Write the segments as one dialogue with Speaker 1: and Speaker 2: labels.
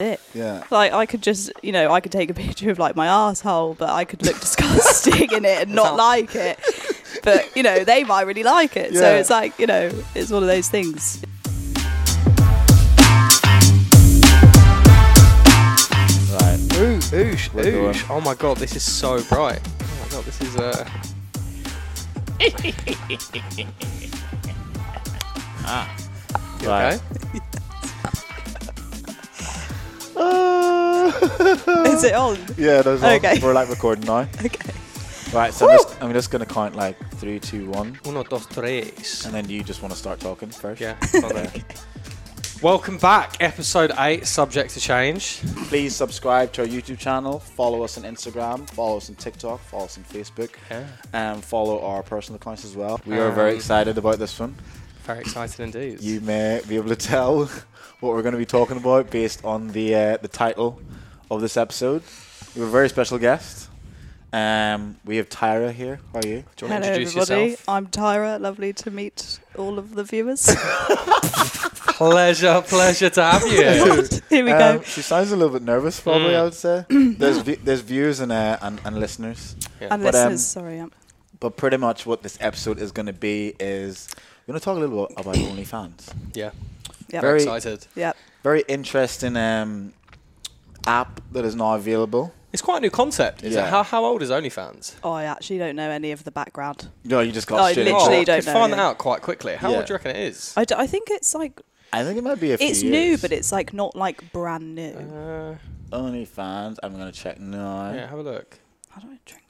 Speaker 1: it.
Speaker 2: Yeah.
Speaker 1: Like I could just, you know, I could take a picture of like my asshole, but I could look disgusting in it and not like it. But you know, they might really like it. So
Speaker 2: Yeah.
Speaker 1: it's like, you know, it's one of those things.
Speaker 3: Right.
Speaker 4: Ooh, oosh,
Speaker 2: We're going.
Speaker 4: oosh. Oh my god, this is so bright. Oh my god, this is uh You
Speaker 3: Ah. Right.
Speaker 4: okay?
Speaker 1: Is it on?
Speaker 2: yeah, those are
Speaker 1: Okay.
Speaker 2: we're like recording now.
Speaker 1: Okay.
Speaker 3: Right. So I'm just, I'm just gonna count like three, two, one,
Speaker 4: Uno, dos, tres.
Speaker 3: and then you just want to start talking first.
Speaker 4: Yeah. Welcome back, episode eight, subject to change.
Speaker 3: Please subscribe to our YouTube channel. Follow us on Instagram. Follow us on TikTok. Follow us on Facebook.
Speaker 4: Yeah.
Speaker 3: And follow our personal accounts as well. We are very
Speaker 4: Um,
Speaker 3: excited about this one.
Speaker 4: Very exciting indeed.
Speaker 3: You may be able to tell what we're going to be talking about based on the uh, the title of this episode. We have a very special guest. Um, we have Tyra here. How are you?
Speaker 4: Do
Speaker 1: Hello
Speaker 4: you want to introduce
Speaker 1: everybody.
Speaker 4: yourself?
Speaker 1: I'm Tyra. Lovely to meet all of the viewers.
Speaker 4: pleasure, pleasure to have you.
Speaker 1: God, Here we
Speaker 3: Um,
Speaker 1: go.
Speaker 3: she sounds a little bit nervous, probably.
Speaker 4: Mm.
Speaker 3: I would say there's vi- there's viewers and, uh, and and listeners,
Speaker 4: Yeah.
Speaker 1: And
Speaker 3: but,
Speaker 1: listeners,
Speaker 3: um,
Speaker 1: sorry. Um,
Speaker 3: but pretty much what this episode is going to be is we're going to talk a little bit about OnlyFans.
Speaker 4: yeah.
Speaker 1: yep.
Speaker 3: very-
Speaker 4: Excited.
Speaker 1: yep.
Speaker 3: Very interesting um, app that is now available.
Speaker 4: It's quite a new concept. Is
Speaker 3: Yeah.
Speaker 4: it? How, how old is OnlyFans?
Speaker 1: Oh, I actually don't know any of the background.
Speaker 3: No, you just got
Speaker 1: I
Speaker 3: straight into
Speaker 1: literally
Speaker 4: oh,
Speaker 3: it.
Speaker 1: don't
Speaker 4: could
Speaker 1: know,
Speaker 4: find
Speaker 1: yeah.
Speaker 4: that out quite quickly. How
Speaker 3: Yeah.
Speaker 4: old do you reckon it is?
Speaker 1: I, d- I think it's like
Speaker 3: I think it might be a few
Speaker 1: it's new,
Speaker 3: years.
Speaker 1: but it's like not like brand new.
Speaker 4: Uh,
Speaker 3: OnlyFans. I'm gonna check now.
Speaker 4: yeah, have a look.
Speaker 1: How do I drink?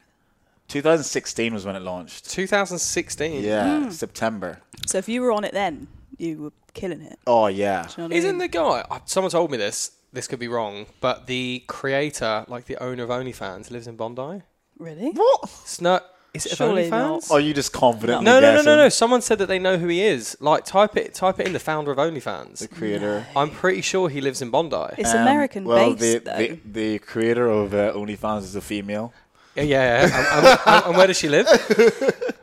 Speaker 3: 2016 was when it launched.
Speaker 4: 2016.
Speaker 3: Yeah, September.
Speaker 1: So if you were on it then, you were killing it.
Speaker 3: Oh yeah.
Speaker 1: Do you know what I
Speaker 4: Isn't
Speaker 1: mean?
Speaker 4: the guy? uh, Someone told me this. This could be wrong, but the creator, like the owner of OnlyFans, lives in Bondi.
Speaker 1: really?
Speaker 3: What?
Speaker 4: It's not. Is it of
Speaker 1: Surely
Speaker 4: OnlyFans?
Speaker 3: Are Oh, you just confident?
Speaker 4: no, no, no, no, no. Someone said that they know who he is. Like, type it, type it in the founder of OnlyFans.
Speaker 3: The creator.
Speaker 4: I'm pretty sure he lives in Bondi.
Speaker 1: It's
Speaker 3: Um,
Speaker 1: American
Speaker 3: well,
Speaker 1: based
Speaker 3: the,
Speaker 1: though.
Speaker 3: the the creator of uh, OnlyFans is a female.
Speaker 4: Yeah, yeah. yeah. and, and- and where does she live?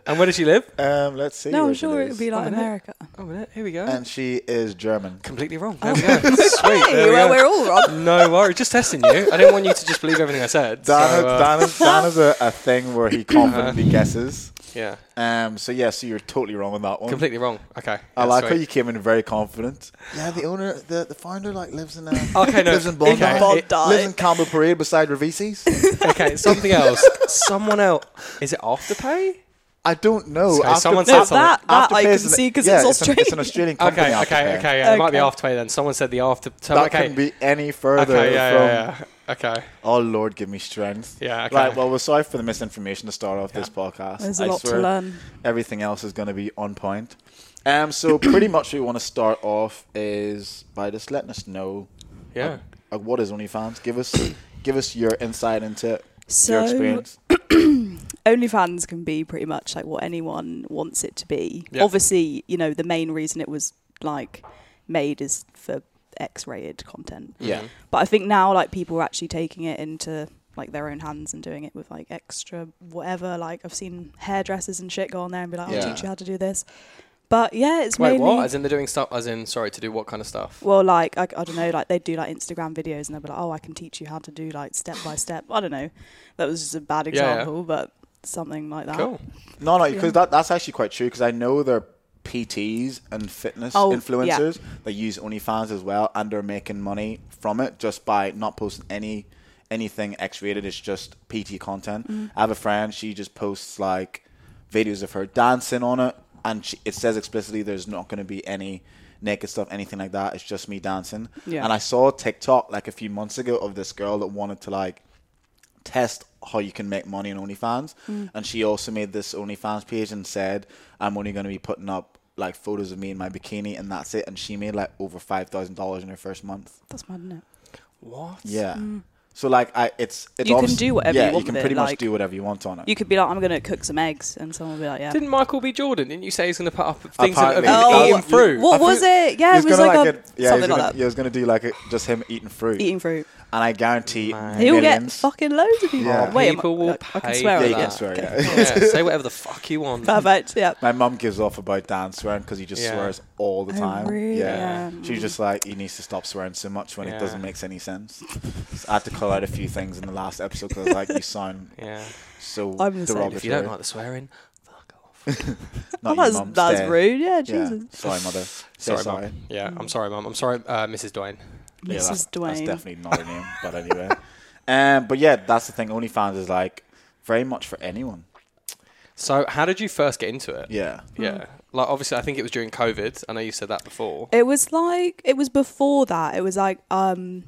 Speaker 4: And where does she live?
Speaker 3: Um, let's see.
Speaker 1: no,
Speaker 3: where
Speaker 1: I'm
Speaker 3: she
Speaker 1: sure it would
Speaker 3: lives.
Speaker 1: be like America.
Speaker 4: Oh, minute, here we go.
Speaker 3: And she is German.
Speaker 4: Completely wrong. There we go. Sweet.
Speaker 1: Hey,
Speaker 4: there we
Speaker 1: well,
Speaker 4: go.
Speaker 1: we're all wrong.
Speaker 4: No worry, just testing you. I didn't want you to just believe everything I said.
Speaker 3: Dan,
Speaker 4: so, uh,
Speaker 3: Dan is, Dan is a, a thing where he confidently guesses.
Speaker 4: yeah,
Speaker 3: Um, so yeah, so you're totally wrong on that one.
Speaker 4: completely wrong. Okay.
Speaker 3: I
Speaker 4: yeah,
Speaker 3: like how
Speaker 4: sweet.
Speaker 3: you came in very confident. Yeah, the owner, the, the founder, like lives in uh,
Speaker 4: Okay, no.
Speaker 3: lives in Bondi,
Speaker 4: Okay.
Speaker 3: lives
Speaker 1: Bondi.
Speaker 3: in Campbell Parade beside Ravisi's.
Speaker 4: Okay, something else. Someone else. Is it Afterpay?
Speaker 3: I don't know.
Speaker 4: Okay, someone
Speaker 1: Now
Speaker 4: said
Speaker 1: that that
Speaker 4: something.
Speaker 1: I
Speaker 3: Afterpay
Speaker 1: can
Speaker 3: is an-
Speaker 1: see because
Speaker 3: yeah,
Speaker 1: it's
Speaker 3: an-
Speaker 1: Australian.
Speaker 3: It's an Australian company.
Speaker 4: Okay, okay,
Speaker 3: Afterpay.
Speaker 4: okay, yeah, It might be
Speaker 1: Okay.
Speaker 4: Afterpay then. Someone said the After. So,
Speaker 3: That
Speaker 4: okay.
Speaker 3: couldn't be any further
Speaker 4: okay, yeah,
Speaker 3: from.
Speaker 4: yeah, yeah. Okay.
Speaker 3: Oh Lord, give me strength.
Speaker 4: Yeah, okay.
Speaker 3: Right. Well, we're sorry for the misinformation to start off this podcast.
Speaker 1: There's a
Speaker 3: I
Speaker 1: lot to
Speaker 3: swear
Speaker 1: learn.
Speaker 3: Everything else is going to be on point. Um. So pretty much, we want to start off is by just letting us know
Speaker 4: Yeah.
Speaker 3: uh, what is OnlyFans. Give us, give us your insight into it,
Speaker 1: So
Speaker 3: your experience.
Speaker 1: OnlyFans can be pretty much like what anyone wants it to be.
Speaker 4: Yeah.
Speaker 1: Obviously, you know, the main reason it was like made is for X rated content.
Speaker 3: Yeah.
Speaker 1: But I think now like people are actually taking it into like their own hands and doing it with like extra whatever. Like I've seen hairdressers and shit go on there and be like, I'll
Speaker 3: Yeah.
Speaker 1: teach you how to do this. But yeah, it's
Speaker 4: Wait,
Speaker 1: mainly
Speaker 4: what? As in they're doing stuff. As in, sorry, to do what kind of stuff?
Speaker 1: well, like I, I don't know, like they do like Instagram videos and they'll be like, oh, I can teach you how to do like step by step. I don't know. That was just a bad
Speaker 4: Yeah, yeah.
Speaker 1: example, but something like that.
Speaker 4: Cool.
Speaker 3: No, no, because that, that's actually quite true. Because I know there are PTs and fitness
Speaker 1: Oh, yeah.
Speaker 3: influencers that use OnlyFans as well, and they're making money from it just by not posting any anything X-rated. It's just PT content.
Speaker 1: Mm-hmm.
Speaker 3: I have a friend; she just posts like videos of her dancing on it, and she, it says explicitly there's not going to be any naked stuff, anything like that. It's just me dancing.
Speaker 1: Yeah.
Speaker 3: And I saw TikTok like a few months ago of this girl that wanted to like test how you can make money on OnlyFans.
Speaker 1: Mm.
Speaker 3: And she also made this OnlyFans page and said, I'm only going to be putting up like photos of me in my bikini and that's it. And she made like over $5,000 in her first month.
Speaker 1: That's mad, isn't it?
Speaker 4: What?
Speaker 3: Yeah. So like I, it's, it's
Speaker 1: Mm. You can
Speaker 3: obvious-
Speaker 1: do whatever
Speaker 3: yeah,
Speaker 1: you want
Speaker 3: you can
Speaker 1: with it,
Speaker 3: pretty much
Speaker 1: like-
Speaker 3: do whatever you want on it.
Speaker 1: You could be like, I'm gonna cook some eggs, and someone will be like, yeah.
Speaker 4: Didn't Michael B. Jordan? Didn't you say he's going to put up things of, of
Speaker 3: Apparently.
Speaker 4: him
Speaker 1: uh, Oh,
Speaker 4: eating fruit?
Speaker 1: what-
Speaker 3: I
Speaker 1: was
Speaker 3: think
Speaker 1: it? Yeah,
Speaker 3: he's
Speaker 1: it was
Speaker 3: gonna,
Speaker 1: like a-
Speaker 3: yeah, he's
Speaker 1: something like
Speaker 3: gonna-
Speaker 1: that.
Speaker 3: yeah, he was going to do like a, just him eating fruit.
Speaker 1: Eating fruit.
Speaker 3: And I guarantee
Speaker 4: Man.
Speaker 1: He'll get
Speaker 3: millions-
Speaker 1: fucking loads of people.
Speaker 3: Yeah.
Speaker 1: Wait, am I-
Speaker 4: People will
Speaker 1: look, I can
Speaker 4: pay
Speaker 1: swear
Speaker 4: for
Speaker 3: Yeah,
Speaker 1: on
Speaker 3: you
Speaker 4: that.
Speaker 3: can
Speaker 1: that.
Speaker 3: swear.
Speaker 1: Okay.
Speaker 3: yeah.
Speaker 4: Yeah, say whatever the fuck you want.
Speaker 1: Perfect. Yeah.
Speaker 3: My mum gives off about Dan swearing because he just
Speaker 4: Yeah.
Speaker 3: swears all the
Speaker 1: Oh,
Speaker 3: time.
Speaker 1: really?
Speaker 3: Yeah.
Speaker 1: Yeah.
Speaker 3: She's just like, he needs to stop swearing so much when
Speaker 4: Yeah.
Speaker 3: it doesn't make any sense. So I had to call out a few things in the last episode because like, you sound
Speaker 4: Yeah.
Speaker 3: so
Speaker 1: I'm the same.
Speaker 3: derogatory.
Speaker 4: If you don't like the swearing, fuck off.
Speaker 3: Not
Speaker 1: oh,
Speaker 3: you,
Speaker 1: that's,
Speaker 3: Mum.
Speaker 1: that's
Speaker 3: Stay.
Speaker 1: rude. Yeah,
Speaker 3: Yeah.
Speaker 1: Jesus.
Speaker 3: Sorry, mother. Say
Speaker 4: sorry,
Speaker 3: sorry.
Speaker 4: mum. Yeah,
Speaker 1: Mm.
Speaker 4: I'm sorry, mum. I'm sorry, uh, Mrs. Dwayne.
Speaker 3: Yeah,
Speaker 1: Mrs.
Speaker 3: that's, that's
Speaker 1: Dwayne.
Speaker 3: definitely not a name, but anyway. Um, but yeah, that's the thing. OnlyFans is like very much for anyone.
Speaker 4: So, how did you first get into it?
Speaker 3: Yeah.
Speaker 4: Yeah. Like, obviously, I think it was during COVID. I know you said that before.
Speaker 1: It was like it was before that. It was like um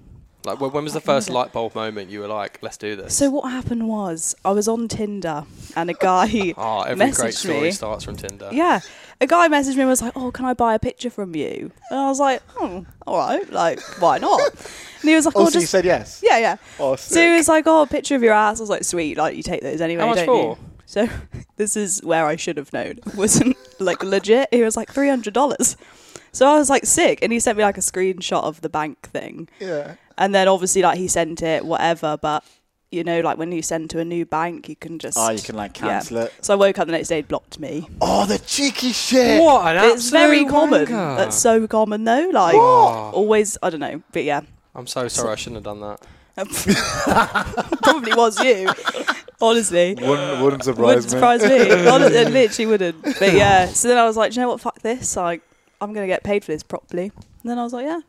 Speaker 4: Like, when, when was the
Speaker 1: I can't
Speaker 4: first
Speaker 1: remember.
Speaker 4: light bulb moment you were like, let's do this?
Speaker 1: so what happened was I was on Tinder and a guy
Speaker 4: Ah, every great
Speaker 1: messaged
Speaker 4: story
Speaker 1: me.
Speaker 4: starts from Tinder.
Speaker 1: Yeah. A guy messaged me and was like, Oh, can I buy a picture from you? And I was like, Oh, all right, like, why not? And he was like,
Speaker 3: Oh,
Speaker 1: Oh,
Speaker 3: so you
Speaker 1: just
Speaker 3: said yes?
Speaker 1: Yeah, yeah.
Speaker 3: Oh,
Speaker 1: So he
Speaker 3: sick.
Speaker 1: was like, Oh, a picture of your ass. I was like, sweet, like you take those anyway,
Speaker 4: How much
Speaker 1: don't
Speaker 4: for?
Speaker 1: you? So this is where I should have known. It wasn't like legit. He was like three hundred dollars. So I was like sick and he sent me like a screenshot of the bank thing.
Speaker 3: Yeah.
Speaker 1: And then obviously like he sent it, whatever, but you know, like when you send to a new bank you can just
Speaker 3: Oh, you can like
Speaker 1: yeah.
Speaker 3: cancel it.
Speaker 1: So I woke up the next day, it blocked me.
Speaker 3: Oh, the cheeky shit.
Speaker 4: What an
Speaker 1: it's very
Speaker 4: absolute
Speaker 1: common.
Speaker 4: wanker.
Speaker 1: That's so common though. Like
Speaker 4: What?
Speaker 1: always, I don't know, but yeah,
Speaker 4: I'm so sorry. I shouldn't have done that.
Speaker 1: probably was you. Honestly,
Speaker 3: Wouldn't, wouldn't surprise
Speaker 1: wouldn't
Speaker 3: me.
Speaker 1: surprise me. Hon- it literally wouldn't. But yeah, so then I was like, Do you know what? Fuck this. Like, I'm gonna get paid for this properly. And then I was like, yeah,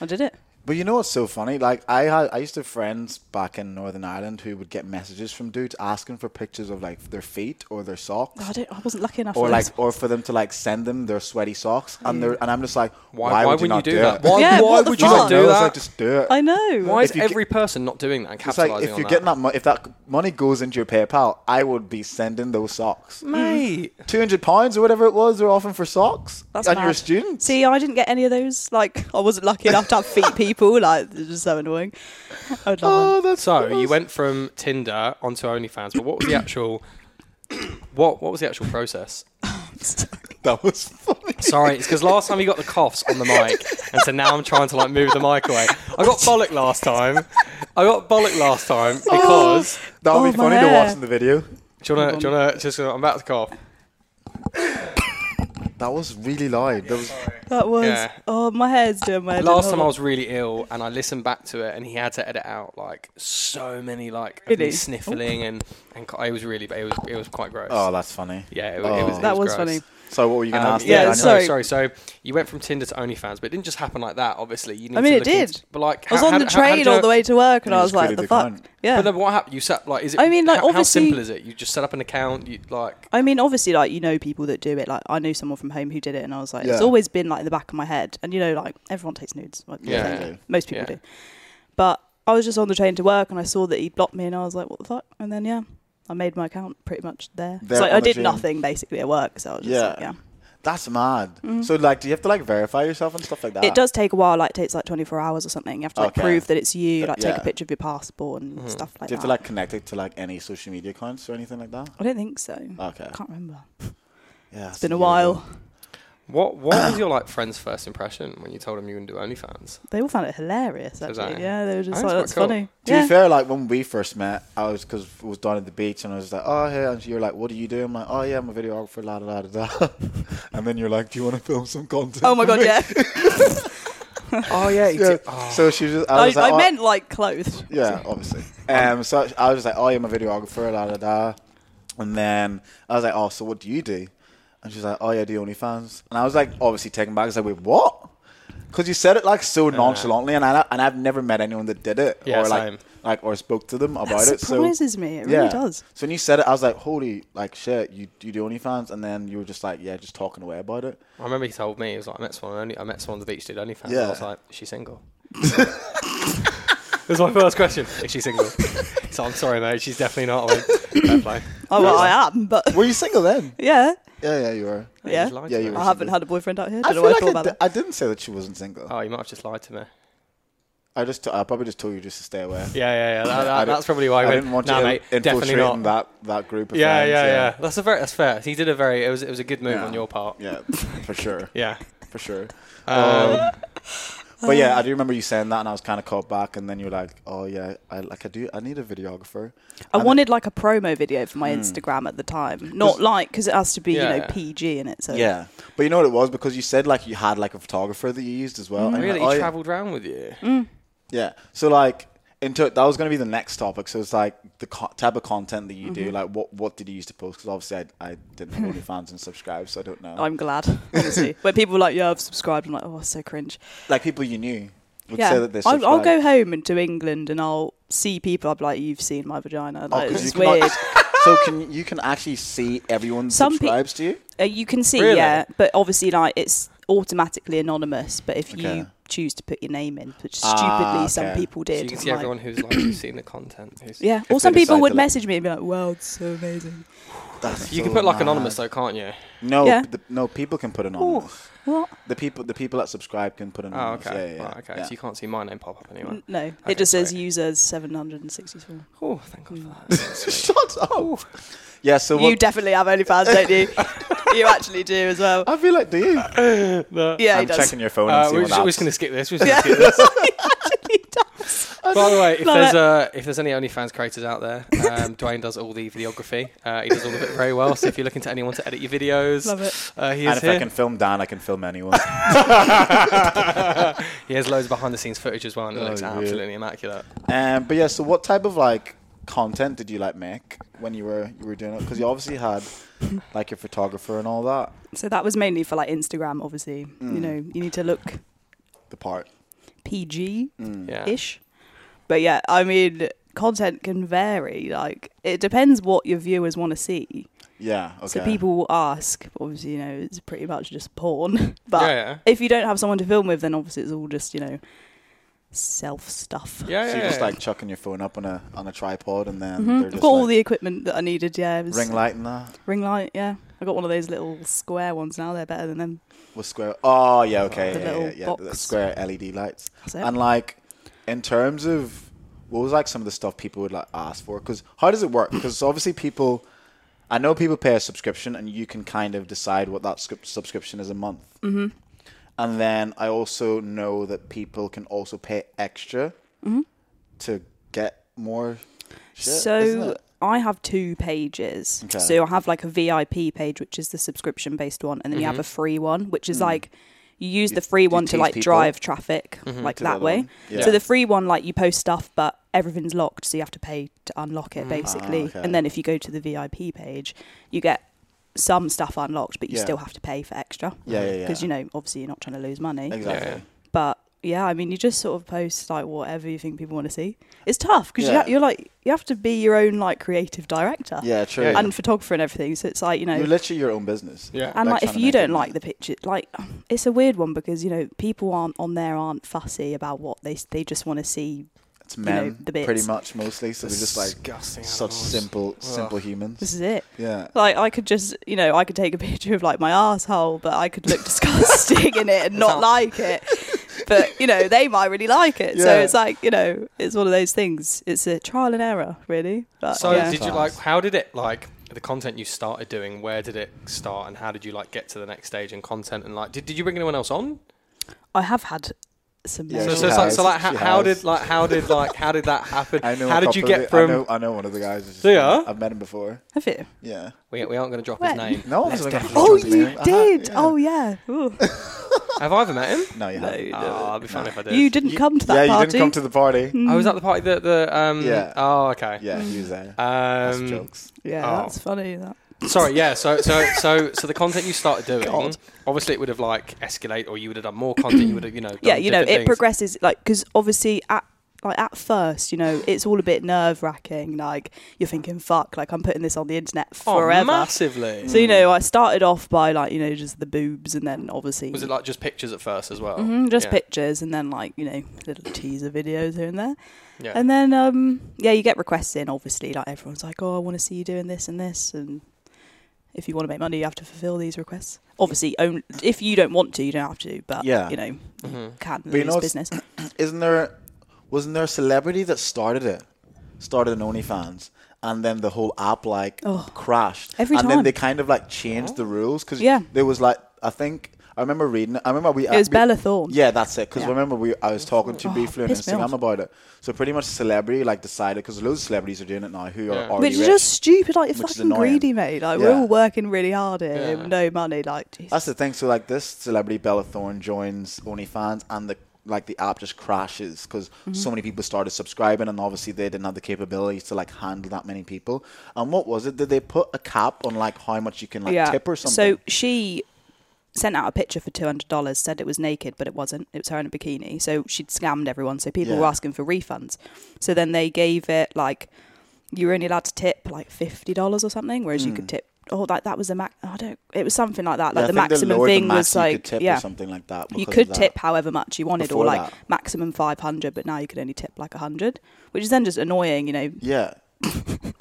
Speaker 1: I did it.
Speaker 3: But you know what's so funny? Like I had, I used to have friends back in Northern Ireland who would get messages from dudes asking for pictures of like their feet or their socks,
Speaker 1: I don't. I wasn't lucky enough.
Speaker 3: or
Speaker 1: for
Speaker 3: like,
Speaker 1: this.
Speaker 3: or for them to like send them their sweaty socks, and they're, and I'm just like,
Speaker 4: Why,
Speaker 3: why,
Speaker 4: why,
Speaker 3: would you
Speaker 4: wouldn't
Speaker 3: not
Speaker 4: you do
Speaker 3: do
Speaker 4: that?
Speaker 3: it?
Speaker 4: Why,
Speaker 1: Yeah,
Speaker 4: why
Speaker 1: what the
Speaker 4: would
Speaker 3: Do
Speaker 4: you
Speaker 1: fuck?
Speaker 4: not
Speaker 3: know?
Speaker 4: do
Speaker 3: It's like
Speaker 4: that?
Speaker 3: just do it.
Speaker 1: I know.
Speaker 4: Why is
Speaker 3: If you get-
Speaker 4: every person not doing that and
Speaker 3: It's like if
Speaker 4: capitalizing
Speaker 3: you're
Speaker 4: on
Speaker 3: getting
Speaker 4: that?
Speaker 3: that, mo- if that money goes into your PayPal, I would be sending those socks.
Speaker 4: Mate.
Speaker 3: Two hundred pounds or whatever it was, they're offering for socks,
Speaker 1: That's
Speaker 3: and you're a
Speaker 1: mad.
Speaker 3: student.
Speaker 1: See, I didn't get any of those. Like, I wasn't lucky enough to have feet people. Like, it's just so annoying. I would love them.
Speaker 3: Oh, that's
Speaker 4: So
Speaker 3: gross.
Speaker 4: you went from Tinder onto OnlyFans, but what was the actual what what was the actual process?
Speaker 3: That was funny.
Speaker 4: Sorry, it's because last time you got the coughs on the mic, and so now I'm trying to like move the mic away. I got bollock last time. I got bollock last time because
Speaker 3: That would
Speaker 1: Oh,
Speaker 3: be
Speaker 1: my
Speaker 3: funny to
Speaker 1: hair.
Speaker 3: watch in the video.
Speaker 4: do you wanna do you wanna just I'm about to cough.
Speaker 3: That was really loud. That was.
Speaker 1: That was.
Speaker 4: Yeah.
Speaker 1: Oh, my hair's doing my. head in.
Speaker 4: Last
Speaker 1: Hold
Speaker 4: time I
Speaker 1: on.
Speaker 4: was really ill, and I listened back to it, and he had to edit out like so many like of
Speaker 1: Really?
Speaker 4: me sniffling and and co- it was really it was it was quite gross.
Speaker 3: Oh, that's funny.
Speaker 4: yeah, it, was- it
Speaker 3: Oh. Ah,
Speaker 4: was it
Speaker 1: That was
Speaker 4: gross.
Speaker 1: funny.
Speaker 3: So what were you gonna
Speaker 4: Um,
Speaker 3: ask?
Speaker 1: yeah,
Speaker 3: there, Daniel?
Speaker 4: yeah, sorry,
Speaker 1: sorry.
Speaker 4: sorry. So you went from Tinder to OnlyFans, but it didn't just happen like that. Obviously, you need
Speaker 1: I mean,
Speaker 4: to
Speaker 1: it
Speaker 4: look into-
Speaker 1: did.
Speaker 4: but like,
Speaker 1: I was
Speaker 4: how-
Speaker 1: on
Speaker 4: how
Speaker 1: the
Speaker 4: did- how- how
Speaker 1: train
Speaker 4: did you
Speaker 1: all
Speaker 4: know-
Speaker 1: the way to work, and
Speaker 3: You
Speaker 1: I
Speaker 3: just
Speaker 1: was like,
Speaker 3: created
Speaker 1: the
Speaker 3: the
Speaker 1: fuck.
Speaker 3: account.
Speaker 1: Yeah.
Speaker 4: But then what happened? You set like, is it?
Speaker 1: I mean, like,
Speaker 4: how, how
Speaker 1: obviously-
Speaker 4: simple is it? You just set up an account. You like,
Speaker 1: I mean, obviously, like you know people that do it. Like I knew someone from home who did it, and I was like,
Speaker 3: Yeah.
Speaker 1: it's always been like in the back of my head. And you know, like everyone takes nudes. Like,
Speaker 4: Yeah.
Speaker 1: like, most people
Speaker 4: Yeah.
Speaker 1: do. But I was just on the train to work, and I saw that he blocked me, and I was like, what the fuck? And then yeah, I made my account pretty much there.
Speaker 3: There
Speaker 1: so like,
Speaker 3: on
Speaker 1: I
Speaker 3: the
Speaker 1: did
Speaker 3: train.
Speaker 1: nothing basically at work. So I was just
Speaker 3: Yeah.
Speaker 1: like, yeah.
Speaker 3: That's mad. So like, do you have to like verify yourself and stuff like that?
Speaker 1: Mm-hmm. It does take a while. Like it takes like 24 hours or something. You have to like
Speaker 3: Ah. Okay.
Speaker 1: prove that it's you.
Speaker 3: Th-
Speaker 1: Like take
Speaker 3: yeah.
Speaker 1: a picture of your passport
Speaker 4: Mm-hmm.
Speaker 1: and stuff like
Speaker 3: Do you have
Speaker 1: that.
Speaker 3: to like connect it to like any social media accounts or anything like that?
Speaker 1: I don't think so. I
Speaker 3: Okay.
Speaker 1: can't remember.
Speaker 3: Yeah.
Speaker 1: It's been a while.
Speaker 4: what? What was your like friend's first impression when you told him you wouldn't do OnlyFans?
Speaker 1: They all found it hilarious.
Speaker 4: Was
Speaker 1: Actually,
Speaker 4: that-
Speaker 1: yeah, they were
Speaker 4: Oh,
Speaker 1: just
Speaker 4: that's
Speaker 1: like,
Speaker 4: quite
Speaker 1: "That's
Speaker 4: cool.
Speaker 1: funny."
Speaker 3: To
Speaker 1: yeah.
Speaker 3: be fair, like when we first met, I was because was down at the beach and I was like, oh yeah, and you're like, what do you do? I'm like, oh yeah, I'm a videographer, la da da da. da." and then you're like, do you want to film some content?
Speaker 1: Oh my god, yeah.
Speaker 4: oh yeah, you
Speaker 3: Yeah.
Speaker 4: did- oh.
Speaker 3: So she just, I
Speaker 1: I,
Speaker 3: was
Speaker 1: I,
Speaker 3: like, "Oh,"
Speaker 1: meant like clothes.
Speaker 3: yeah, obviously. Um, so I was just like, oh yeah, I'm a videographer, la da da. And then I was like, oh, so what do you do? And she's like, oh yeah, I do OnlyFans. And I was like, obviously taken back. I was like, wait, what? Because you said it like so nonchalantly, and I and I've never met anyone that did it
Speaker 4: Yeah,
Speaker 3: or like
Speaker 4: same.
Speaker 3: like or spoke to them about
Speaker 1: That
Speaker 3: it. So
Speaker 1: surprises me. It really does.
Speaker 3: So when you said it, I was like, holy, like shit, you you do OnlyFans, and then you were just like, yeah, just talking away about it.
Speaker 4: I remember he told me he was like, I met someone only, I met someone on the beach did OnlyFans.
Speaker 3: Yeah.
Speaker 4: I was like, is she single? It was my first question. Is she single? so I'm sorry, mate. She's definitely not. I went, fair play.
Speaker 1: Oh well, I am, but
Speaker 3: Were you single then?
Speaker 1: yeah,
Speaker 3: Yeah, yeah, you were.
Speaker 1: yeah.
Speaker 4: He's lied
Speaker 3: Yeah,
Speaker 4: to
Speaker 3: you
Speaker 4: me.
Speaker 3: were.
Speaker 1: I haven't had a boyfriend out here.
Speaker 3: I
Speaker 1: Don't know
Speaker 3: feel
Speaker 1: what I
Speaker 3: like
Speaker 1: thought
Speaker 3: I
Speaker 1: about
Speaker 3: di-
Speaker 1: that.
Speaker 3: I didn't say that she wasn't single.
Speaker 4: Oh, you might have just lied to me.
Speaker 3: I just t- I probably just told you just to stay away.
Speaker 4: Yeah, yeah, yeah. That,
Speaker 3: I
Speaker 4: that,
Speaker 3: didn't-
Speaker 4: that's probably why I,
Speaker 3: I
Speaker 4: went,
Speaker 3: didn't want
Speaker 4: nah,
Speaker 3: you
Speaker 4: mate,
Speaker 3: in-
Speaker 4: definitely not.
Speaker 3: infiltrating that that group of
Speaker 4: yeah,
Speaker 3: friends.
Speaker 4: yeah, yeah, That's a very that's fair. He did a very it was it was a good move
Speaker 3: Yeah.
Speaker 4: on your part.
Speaker 3: yeah, yeah, for sure,
Speaker 4: Yeah.
Speaker 3: for sure.
Speaker 4: Um,
Speaker 3: But yeah, I do remember you saying that, and I was kind of caught back. And then you were like, "Oh yeah, I like I do. I need a videographer."
Speaker 1: I
Speaker 3: And-
Speaker 1: wanted like a promo video for my
Speaker 3: Hmm.
Speaker 1: Instagram at the time, not like because it has to be you know
Speaker 4: Yeah.
Speaker 1: PG in it. So
Speaker 3: Yeah, but you know what it was because you said like you had like a photographer that you used as well. And you're like,
Speaker 4: Mm, Really, he
Speaker 3: "Oh, yeah."
Speaker 4: travelled round with you.
Speaker 3: Yeah. So like, into that was going to be the next topic. So it's like the co- type of content that you do.
Speaker 4: Mm-hmm.
Speaker 3: Like, what what did you used to post? Because obviously I, I didn't have any fans and subscribe, so I don't know.
Speaker 1: I'm glad, honestly. when people were like, "Yeah, I've subscribed," I'm like, "Oh, it's so cringe."
Speaker 3: like people you knew would
Speaker 1: yeah,
Speaker 3: say that they
Speaker 1: I'll,
Speaker 3: subscribed.
Speaker 1: I'll go home and to England, and I'll see people. I'll be like, "You've seen my vagina." Like,
Speaker 3: because
Speaker 1: it's
Speaker 3: Oh, you cannot-
Speaker 1: weird.
Speaker 3: so can you can actually see everyone
Speaker 1: Some pe-
Speaker 3: subscribes to you?
Speaker 1: Uh, you can see,
Speaker 4: Really?
Speaker 1: yeah, but obviously, like it's automatically anonymous. But if
Speaker 3: Okay.
Speaker 1: you choose to put your name in, which stupidly
Speaker 3: Ah,
Speaker 1: some
Speaker 3: okay.
Speaker 1: people
Speaker 4: So
Speaker 1: did,
Speaker 4: you can
Speaker 1: I'm
Speaker 4: see
Speaker 1: like-
Speaker 4: everyone who's like who's seen the content. who's-
Speaker 1: Yeah,
Speaker 3: they
Speaker 1: or some
Speaker 3: decide
Speaker 1: people would
Speaker 3: to, like-
Speaker 1: message me and be like, "Wow, it's so amazing."
Speaker 3: That's
Speaker 4: You
Speaker 3: so
Speaker 4: can put like
Speaker 3: mad.
Speaker 4: anonymous though, can't you?
Speaker 3: No,
Speaker 1: Yeah.
Speaker 3: the, no people can put anonymous.
Speaker 1: What?
Speaker 3: The people the people that subscribe can put
Speaker 4: Oh,
Speaker 3: anonymous.
Speaker 4: okay.
Speaker 3: Yeah, yeah,
Speaker 4: Right, okay.
Speaker 3: yeah.
Speaker 4: So you can't see my name pop up anywhere.
Speaker 1: N- No,
Speaker 4: Okay,
Speaker 1: it just says
Speaker 4: great.
Speaker 1: user seven hundred and sixty-four.
Speaker 4: Mm. Oh, thank God for that. Sweet.
Speaker 3: Shut up. Yeah. So
Speaker 1: You
Speaker 3: what?
Speaker 1: definitely have OnlyFans, don't you? you actually do as well.
Speaker 3: I feel like do you?
Speaker 4: No.
Speaker 1: Yeah,
Speaker 3: I'm
Speaker 1: he does.
Speaker 3: checking your phone and
Speaker 4: Uh,
Speaker 3: see
Speaker 4: we're,
Speaker 3: what
Speaker 4: just, we're
Speaker 3: happens.
Speaker 4: just gonna skip this. We're just
Speaker 1: Yeah.
Speaker 4: gonna skip this.
Speaker 1: He does.
Speaker 4: By the way, if
Speaker 1: Love
Speaker 4: there's
Speaker 1: it.
Speaker 4: uh, if there's any OnlyFans creators out there, um, Dwayne does all the videography. Uh, he does all of it very well. So if you're looking to anyone to edit your videos,
Speaker 1: Love it.
Speaker 4: Uh, he
Speaker 3: And
Speaker 4: is
Speaker 3: if
Speaker 4: here.
Speaker 3: I can film Dan, I can film anyone.
Speaker 4: He has loads of behind the scenes footage as well, and it
Speaker 3: Oh,
Speaker 4: looks
Speaker 3: yeah.
Speaker 4: absolutely immaculate.
Speaker 3: um, but yeah, so what type of like content did you like make when you were you were doing it? Because you obviously had like your photographer and all that.
Speaker 1: So that was mainly for like Instagram, obviously. You know, you need to look
Speaker 3: The part.
Speaker 1: PG
Speaker 3: Mm.
Speaker 4: Yeah.
Speaker 1: ish. But yeah, I mean, content can vary. Like, it depends what your viewers want to see.
Speaker 3: Yeah. Okay.
Speaker 1: So people will ask, obviously, you know, it's pretty much just porn. but
Speaker 4: yeah, yeah.
Speaker 1: if you don't have someone to film with, then obviously it's all just, you know, self stuff.
Speaker 4: Yeah,
Speaker 3: So
Speaker 4: yeah,
Speaker 3: you're just
Speaker 4: yeah.
Speaker 3: like chucking your phone up on a on a tripod and then
Speaker 1: Mhm.
Speaker 3: they're
Speaker 1: I've
Speaker 3: just
Speaker 1: got all
Speaker 3: like,
Speaker 1: the equipment that I needed. Yeah, it was
Speaker 3: ring light and that
Speaker 1: ring light. Yeah, I got one of those little square ones now. They're better than them.
Speaker 3: was square. Oh yeah. Okay.
Speaker 1: The
Speaker 3: yeah,
Speaker 1: little
Speaker 3: yeah, yeah, the
Speaker 1: box.
Speaker 3: square LED lights.
Speaker 1: That's it.
Speaker 3: And like, in terms of what was like some of the stuff people would like ask for, because how does it work? Because obviously people, I know people pay a subscription, and you can kind of decide what that scrip- subscription is a month. Mm-hmm. And then I also know that people can also pay extra
Speaker 1: Mm-hmm.
Speaker 3: to get more. Shit, isn't
Speaker 1: So
Speaker 3: it?
Speaker 1: I have two pages.
Speaker 3: Okay.
Speaker 1: So I have like a VIP page, which is the subscription based one, and then you have a free one, which is like you use the free
Speaker 3: Mm-hmm. Hmm. you
Speaker 1: one to
Speaker 3: tease
Speaker 1: like
Speaker 3: people. Mm-hmm.
Speaker 1: drive traffic like
Speaker 3: the
Speaker 1: that
Speaker 3: other
Speaker 1: way.
Speaker 3: one. Yeah.
Speaker 1: So the free one, like you post stuff, but everything's locked, so you have to pay to unlock it basically.
Speaker 3: Ah, okay.
Speaker 1: And then if you go to the VIP page, you get some stuff unlocked, but you
Speaker 3: Yeah.
Speaker 1: still have to pay for extra.
Speaker 3: Yeah, yeah, yeah.
Speaker 1: Because you know, obviously, you're not trying to lose money.
Speaker 3: exactly.
Speaker 4: Yeah, yeah.
Speaker 1: But yeah, I mean, you just sort of post like whatever you think people want to see. It's tough because
Speaker 3: Yeah.
Speaker 1: you, you're like you have to be your own like creative director
Speaker 3: Yeah, true.
Speaker 4: Yeah.
Speaker 1: and photographer and everything. So it's like you know,
Speaker 3: You're literally your own business.
Speaker 4: Yeah.
Speaker 1: and like
Speaker 3: trying
Speaker 1: if
Speaker 3: to
Speaker 1: you
Speaker 3: make
Speaker 1: don't
Speaker 3: it-
Speaker 1: like the picture, like it's a weird one because you know people aren't on there aren't fussy about what they they just want to see.
Speaker 3: it's
Speaker 1: know,
Speaker 3: men
Speaker 1: the
Speaker 3: pretty
Speaker 1: bits.
Speaker 3: much mostly. So they're just like
Speaker 4: Disgusting
Speaker 3: such
Speaker 4: animals.
Speaker 3: simple, simple
Speaker 1: This
Speaker 3: humans.
Speaker 1: is it.
Speaker 3: Yeah.
Speaker 1: Like I could just you know I could take a picture of like my asshole, but I could look disgusting in it and not
Speaker 4: not-
Speaker 1: like it. But you know they might really like it, so
Speaker 3: Yeah.
Speaker 1: it's like you know it's one of those things. It's a trial and error, really. But
Speaker 4: So
Speaker 1: Uh, yeah.
Speaker 4: did you like? How did it like? The content you started doing, where did it start, and how did you like get to the next stage in content? And like, did, did you bring anyone else on?
Speaker 1: I have had some.
Speaker 3: Yeah,
Speaker 1: men.
Speaker 4: So,
Speaker 3: she
Speaker 4: so, so,
Speaker 3: has,
Speaker 4: so like, how,
Speaker 3: she
Speaker 4: how
Speaker 3: has.
Speaker 4: did like how did like how did that happen?
Speaker 3: I know.
Speaker 4: how
Speaker 3: a
Speaker 4: did you
Speaker 3: couple of
Speaker 4: get
Speaker 3: the-
Speaker 4: from?
Speaker 3: I know, I know one of the guys. It's Just,
Speaker 4: Do ya?
Speaker 3: I've met him before.
Speaker 1: Have you?
Speaker 3: Yeah.
Speaker 4: We, we aren't going to drop
Speaker 1: When?
Speaker 4: his name.
Speaker 3: No, I wasn't gonna
Speaker 4: definitely
Speaker 3: drop
Speaker 1: Oh,
Speaker 3: his
Speaker 1: you
Speaker 3: name. I ha-
Speaker 1: did.
Speaker 3: yeah.
Speaker 1: Oh, yeah. Ooh.
Speaker 4: Have I ever met him?
Speaker 3: No, you
Speaker 1: No,
Speaker 3: haven't.
Speaker 1: you
Speaker 4: Ah,
Speaker 1: didn't.
Speaker 4: it'd be funny if I did.
Speaker 1: You didn't come to that
Speaker 3: yeah,
Speaker 1: party.
Speaker 3: you didn't come to the party.
Speaker 4: I was at the party that the um.
Speaker 3: Yeah.
Speaker 4: Oh, okay.
Speaker 3: Yeah, he
Speaker 1: Hmm.
Speaker 3: was there. That's
Speaker 4: Um,
Speaker 3: jokes.
Speaker 1: yeah,
Speaker 4: Oh.
Speaker 1: that's funny. That.
Speaker 4: sorry, yeah. So, so, so, so the content you started doing, obviously, it would have like escalate, or you would have done more content. You would have, you know, done
Speaker 1: Yeah, you know, it
Speaker 4: different things.
Speaker 1: progresses like because obviously at like at first, you know, it's all a bit nerve wracking. Like you're thinking, fuck, like I'm putting this on the internet
Speaker 4: Oh,
Speaker 1: forever.
Speaker 4: massively.
Speaker 1: So you know, I started off by like you know just the boobs, and then obviously
Speaker 4: was it like just pictures at first as well?
Speaker 1: Mhm, just
Speaker 4: yeah.
Speaker 1: pictures, and then like you know little teaser videos here and there.
Speaker 4: Yeah.
Speaker 1: And then, um, yeah, you get requests in, obviously. Like, everyone's like, oh, I want to see you doing this and this. And if you want to make money, you have to fulfill these requests. Obviously, only, if you don't want to, you don't have to. But,
Speaker 3: Yeah.
Speaker 1: you know,
Speaker 4: Mm-hmm.
Speaker 1: you can't
Speaker 3: you
Speaker 1: lose
Speaker 3: know, it's-
Speaker 1: business.
Speaker 3: Isn't there? Wasn't there a celebrity that started it? Started an OnlyFans, and then the whole app like
Speaker 1: Oh.
Speaker 3: crashed.
Speaker 1: Every
Speaker 3: and
Speaker 1: time.
Speaker 3: then they kind of like changed the rules because
Speaker 1: Yeah.
Speaker 3: there was like I think I remember reading. it. I remember we. uh,
Speaker 1: It was
Speaker 3: we-
Speaker 1: Bella Thorne.
Speaker 3: Yeah, that's it. Because
Speaker 1: Yeah.
Speaker 3: remember, we I was talking to
Speaker 1: Oh,
Speaker 3: briefly on
Speaker 1: pissed me
Speaker 3: Instagram
Speaker 1: off.
Speaker 3: about it. So pretty much, celebrity like decided because loads of celebrities are doing it now who
Speaker 4: Yeah.
Speaker 3: are already
Speaker 1: Which is
Speaker 3: rich.
Speaker 1: just stupid. Like, you're
Speaker 3: Which is
Speaker 1: fucking
Speaker 3: annoying.
Speaker 1: greedy, mate. Like, we're
Speaker 3: Yeah.
Speaker 1: all working really hard here
Speaker 4: Yeah.
Speaker 1: with no money. Like,
Speaker 3: That's
Speaker 1: Jesus.
Speaker 3: the thing. So like this celebrity Bella Thorne joins OnlyFans, and the like the app just crashes because
Speaker 1: Mm-hmm.
Speaker 3: so many people started subscribing, and obviously they didn't have the capabilities to like handle that many people. And what was it? Did they put a cap on like how much you can like tip or something?
Speaker 1: So she sent out a picture for two hundred dollars, said it was naked, but it wasn't. It was her in a bikini. So she'd scammed everyone. So people were
Speaker 3: Yeah.
Speaker 1: asking for refunds. So then they gave it like you were only allowed to tip like fifty dollars or something, whereas you could tip. Oh, like that was the max. I don't. It was something like that. Like
Speaker 3: Hmm. Yeah,
Speaker 1: the
Speaker 3: I think they
Speaker 1: maximum
Speaker 3: lowered the
Speaker 1: thing
Speaker 3: max
Speaker 1: was
Speaker 3: you
Speaker 1: like
Speaker 3: could tip
Speaker 1: yeah.
Speaker 3: or something like that.
Speaker 1: you
Speaker 3: because
Speaker 1: could
Speaker 3: of that.
Speaker 1: tip however much you wanted,
Speaker 3: Before
Speaker 1: or like
Speaker 3: that.
Speaker 1: maximum five hundred, but now you could only tip like hundred, which is then just annoying, you know.
Speaker 3: Yeah.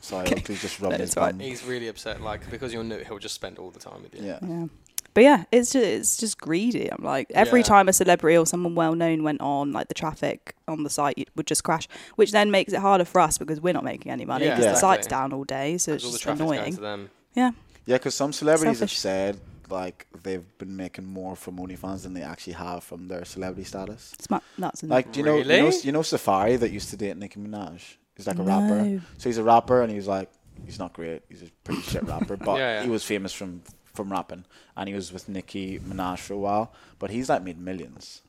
Speaker 3: Sorry, please just rubbed
Speaker 1: No,
Speaker 3: his
Speaker 1: it's alright.
Speaker 3: bum.
Speaker 4: He's really upset, like because you're new, he'll just spend all the time with you.
Speaker 3: Yeah.
Speaker 1: Yeah. But yeah, it's just, it's just greedy. I'm like, every
Speaker 4: Yeah.
Speaker 1: time a celebrity or someone well known went on, like the traffic on the site it would just crash, which then makes it harder for us because we're not making any money
Speaker 4: Yeah,
Speaker 1: because the
Speaker 4: exactly.
Speaker 1: site's down all day. So it's
Speaker 4: all the
Speaker 1: just
Speaker 4: traffic's going
Speaker 1: annoying.
Speaker 4: to them.
Speaker 1: Yeah.
Speaker 3: Yeah, because some celebrities
Speaker 1: Selfish.
Speaker 3: have said like they've been making more from OnlyFans than they actually have from their celebrity status.
Speaker 1: It's mu- nuts. And
Speaker 3: Like, do you know, you know,
Speaker 4: Really?
Speaker 3: you know, Safari that used to date Nicki Minaj. He's like a
Speaker 1: No.
Speaker 3: rapper. So he's a rapper, and he was like, he's not great. He's a pretty shit rapper, but
Speaker 4: Yeah, yeah.
Speaker 3: he was famous from from rapping, and he was with Nicki Minaj for a while. But he's like made millions.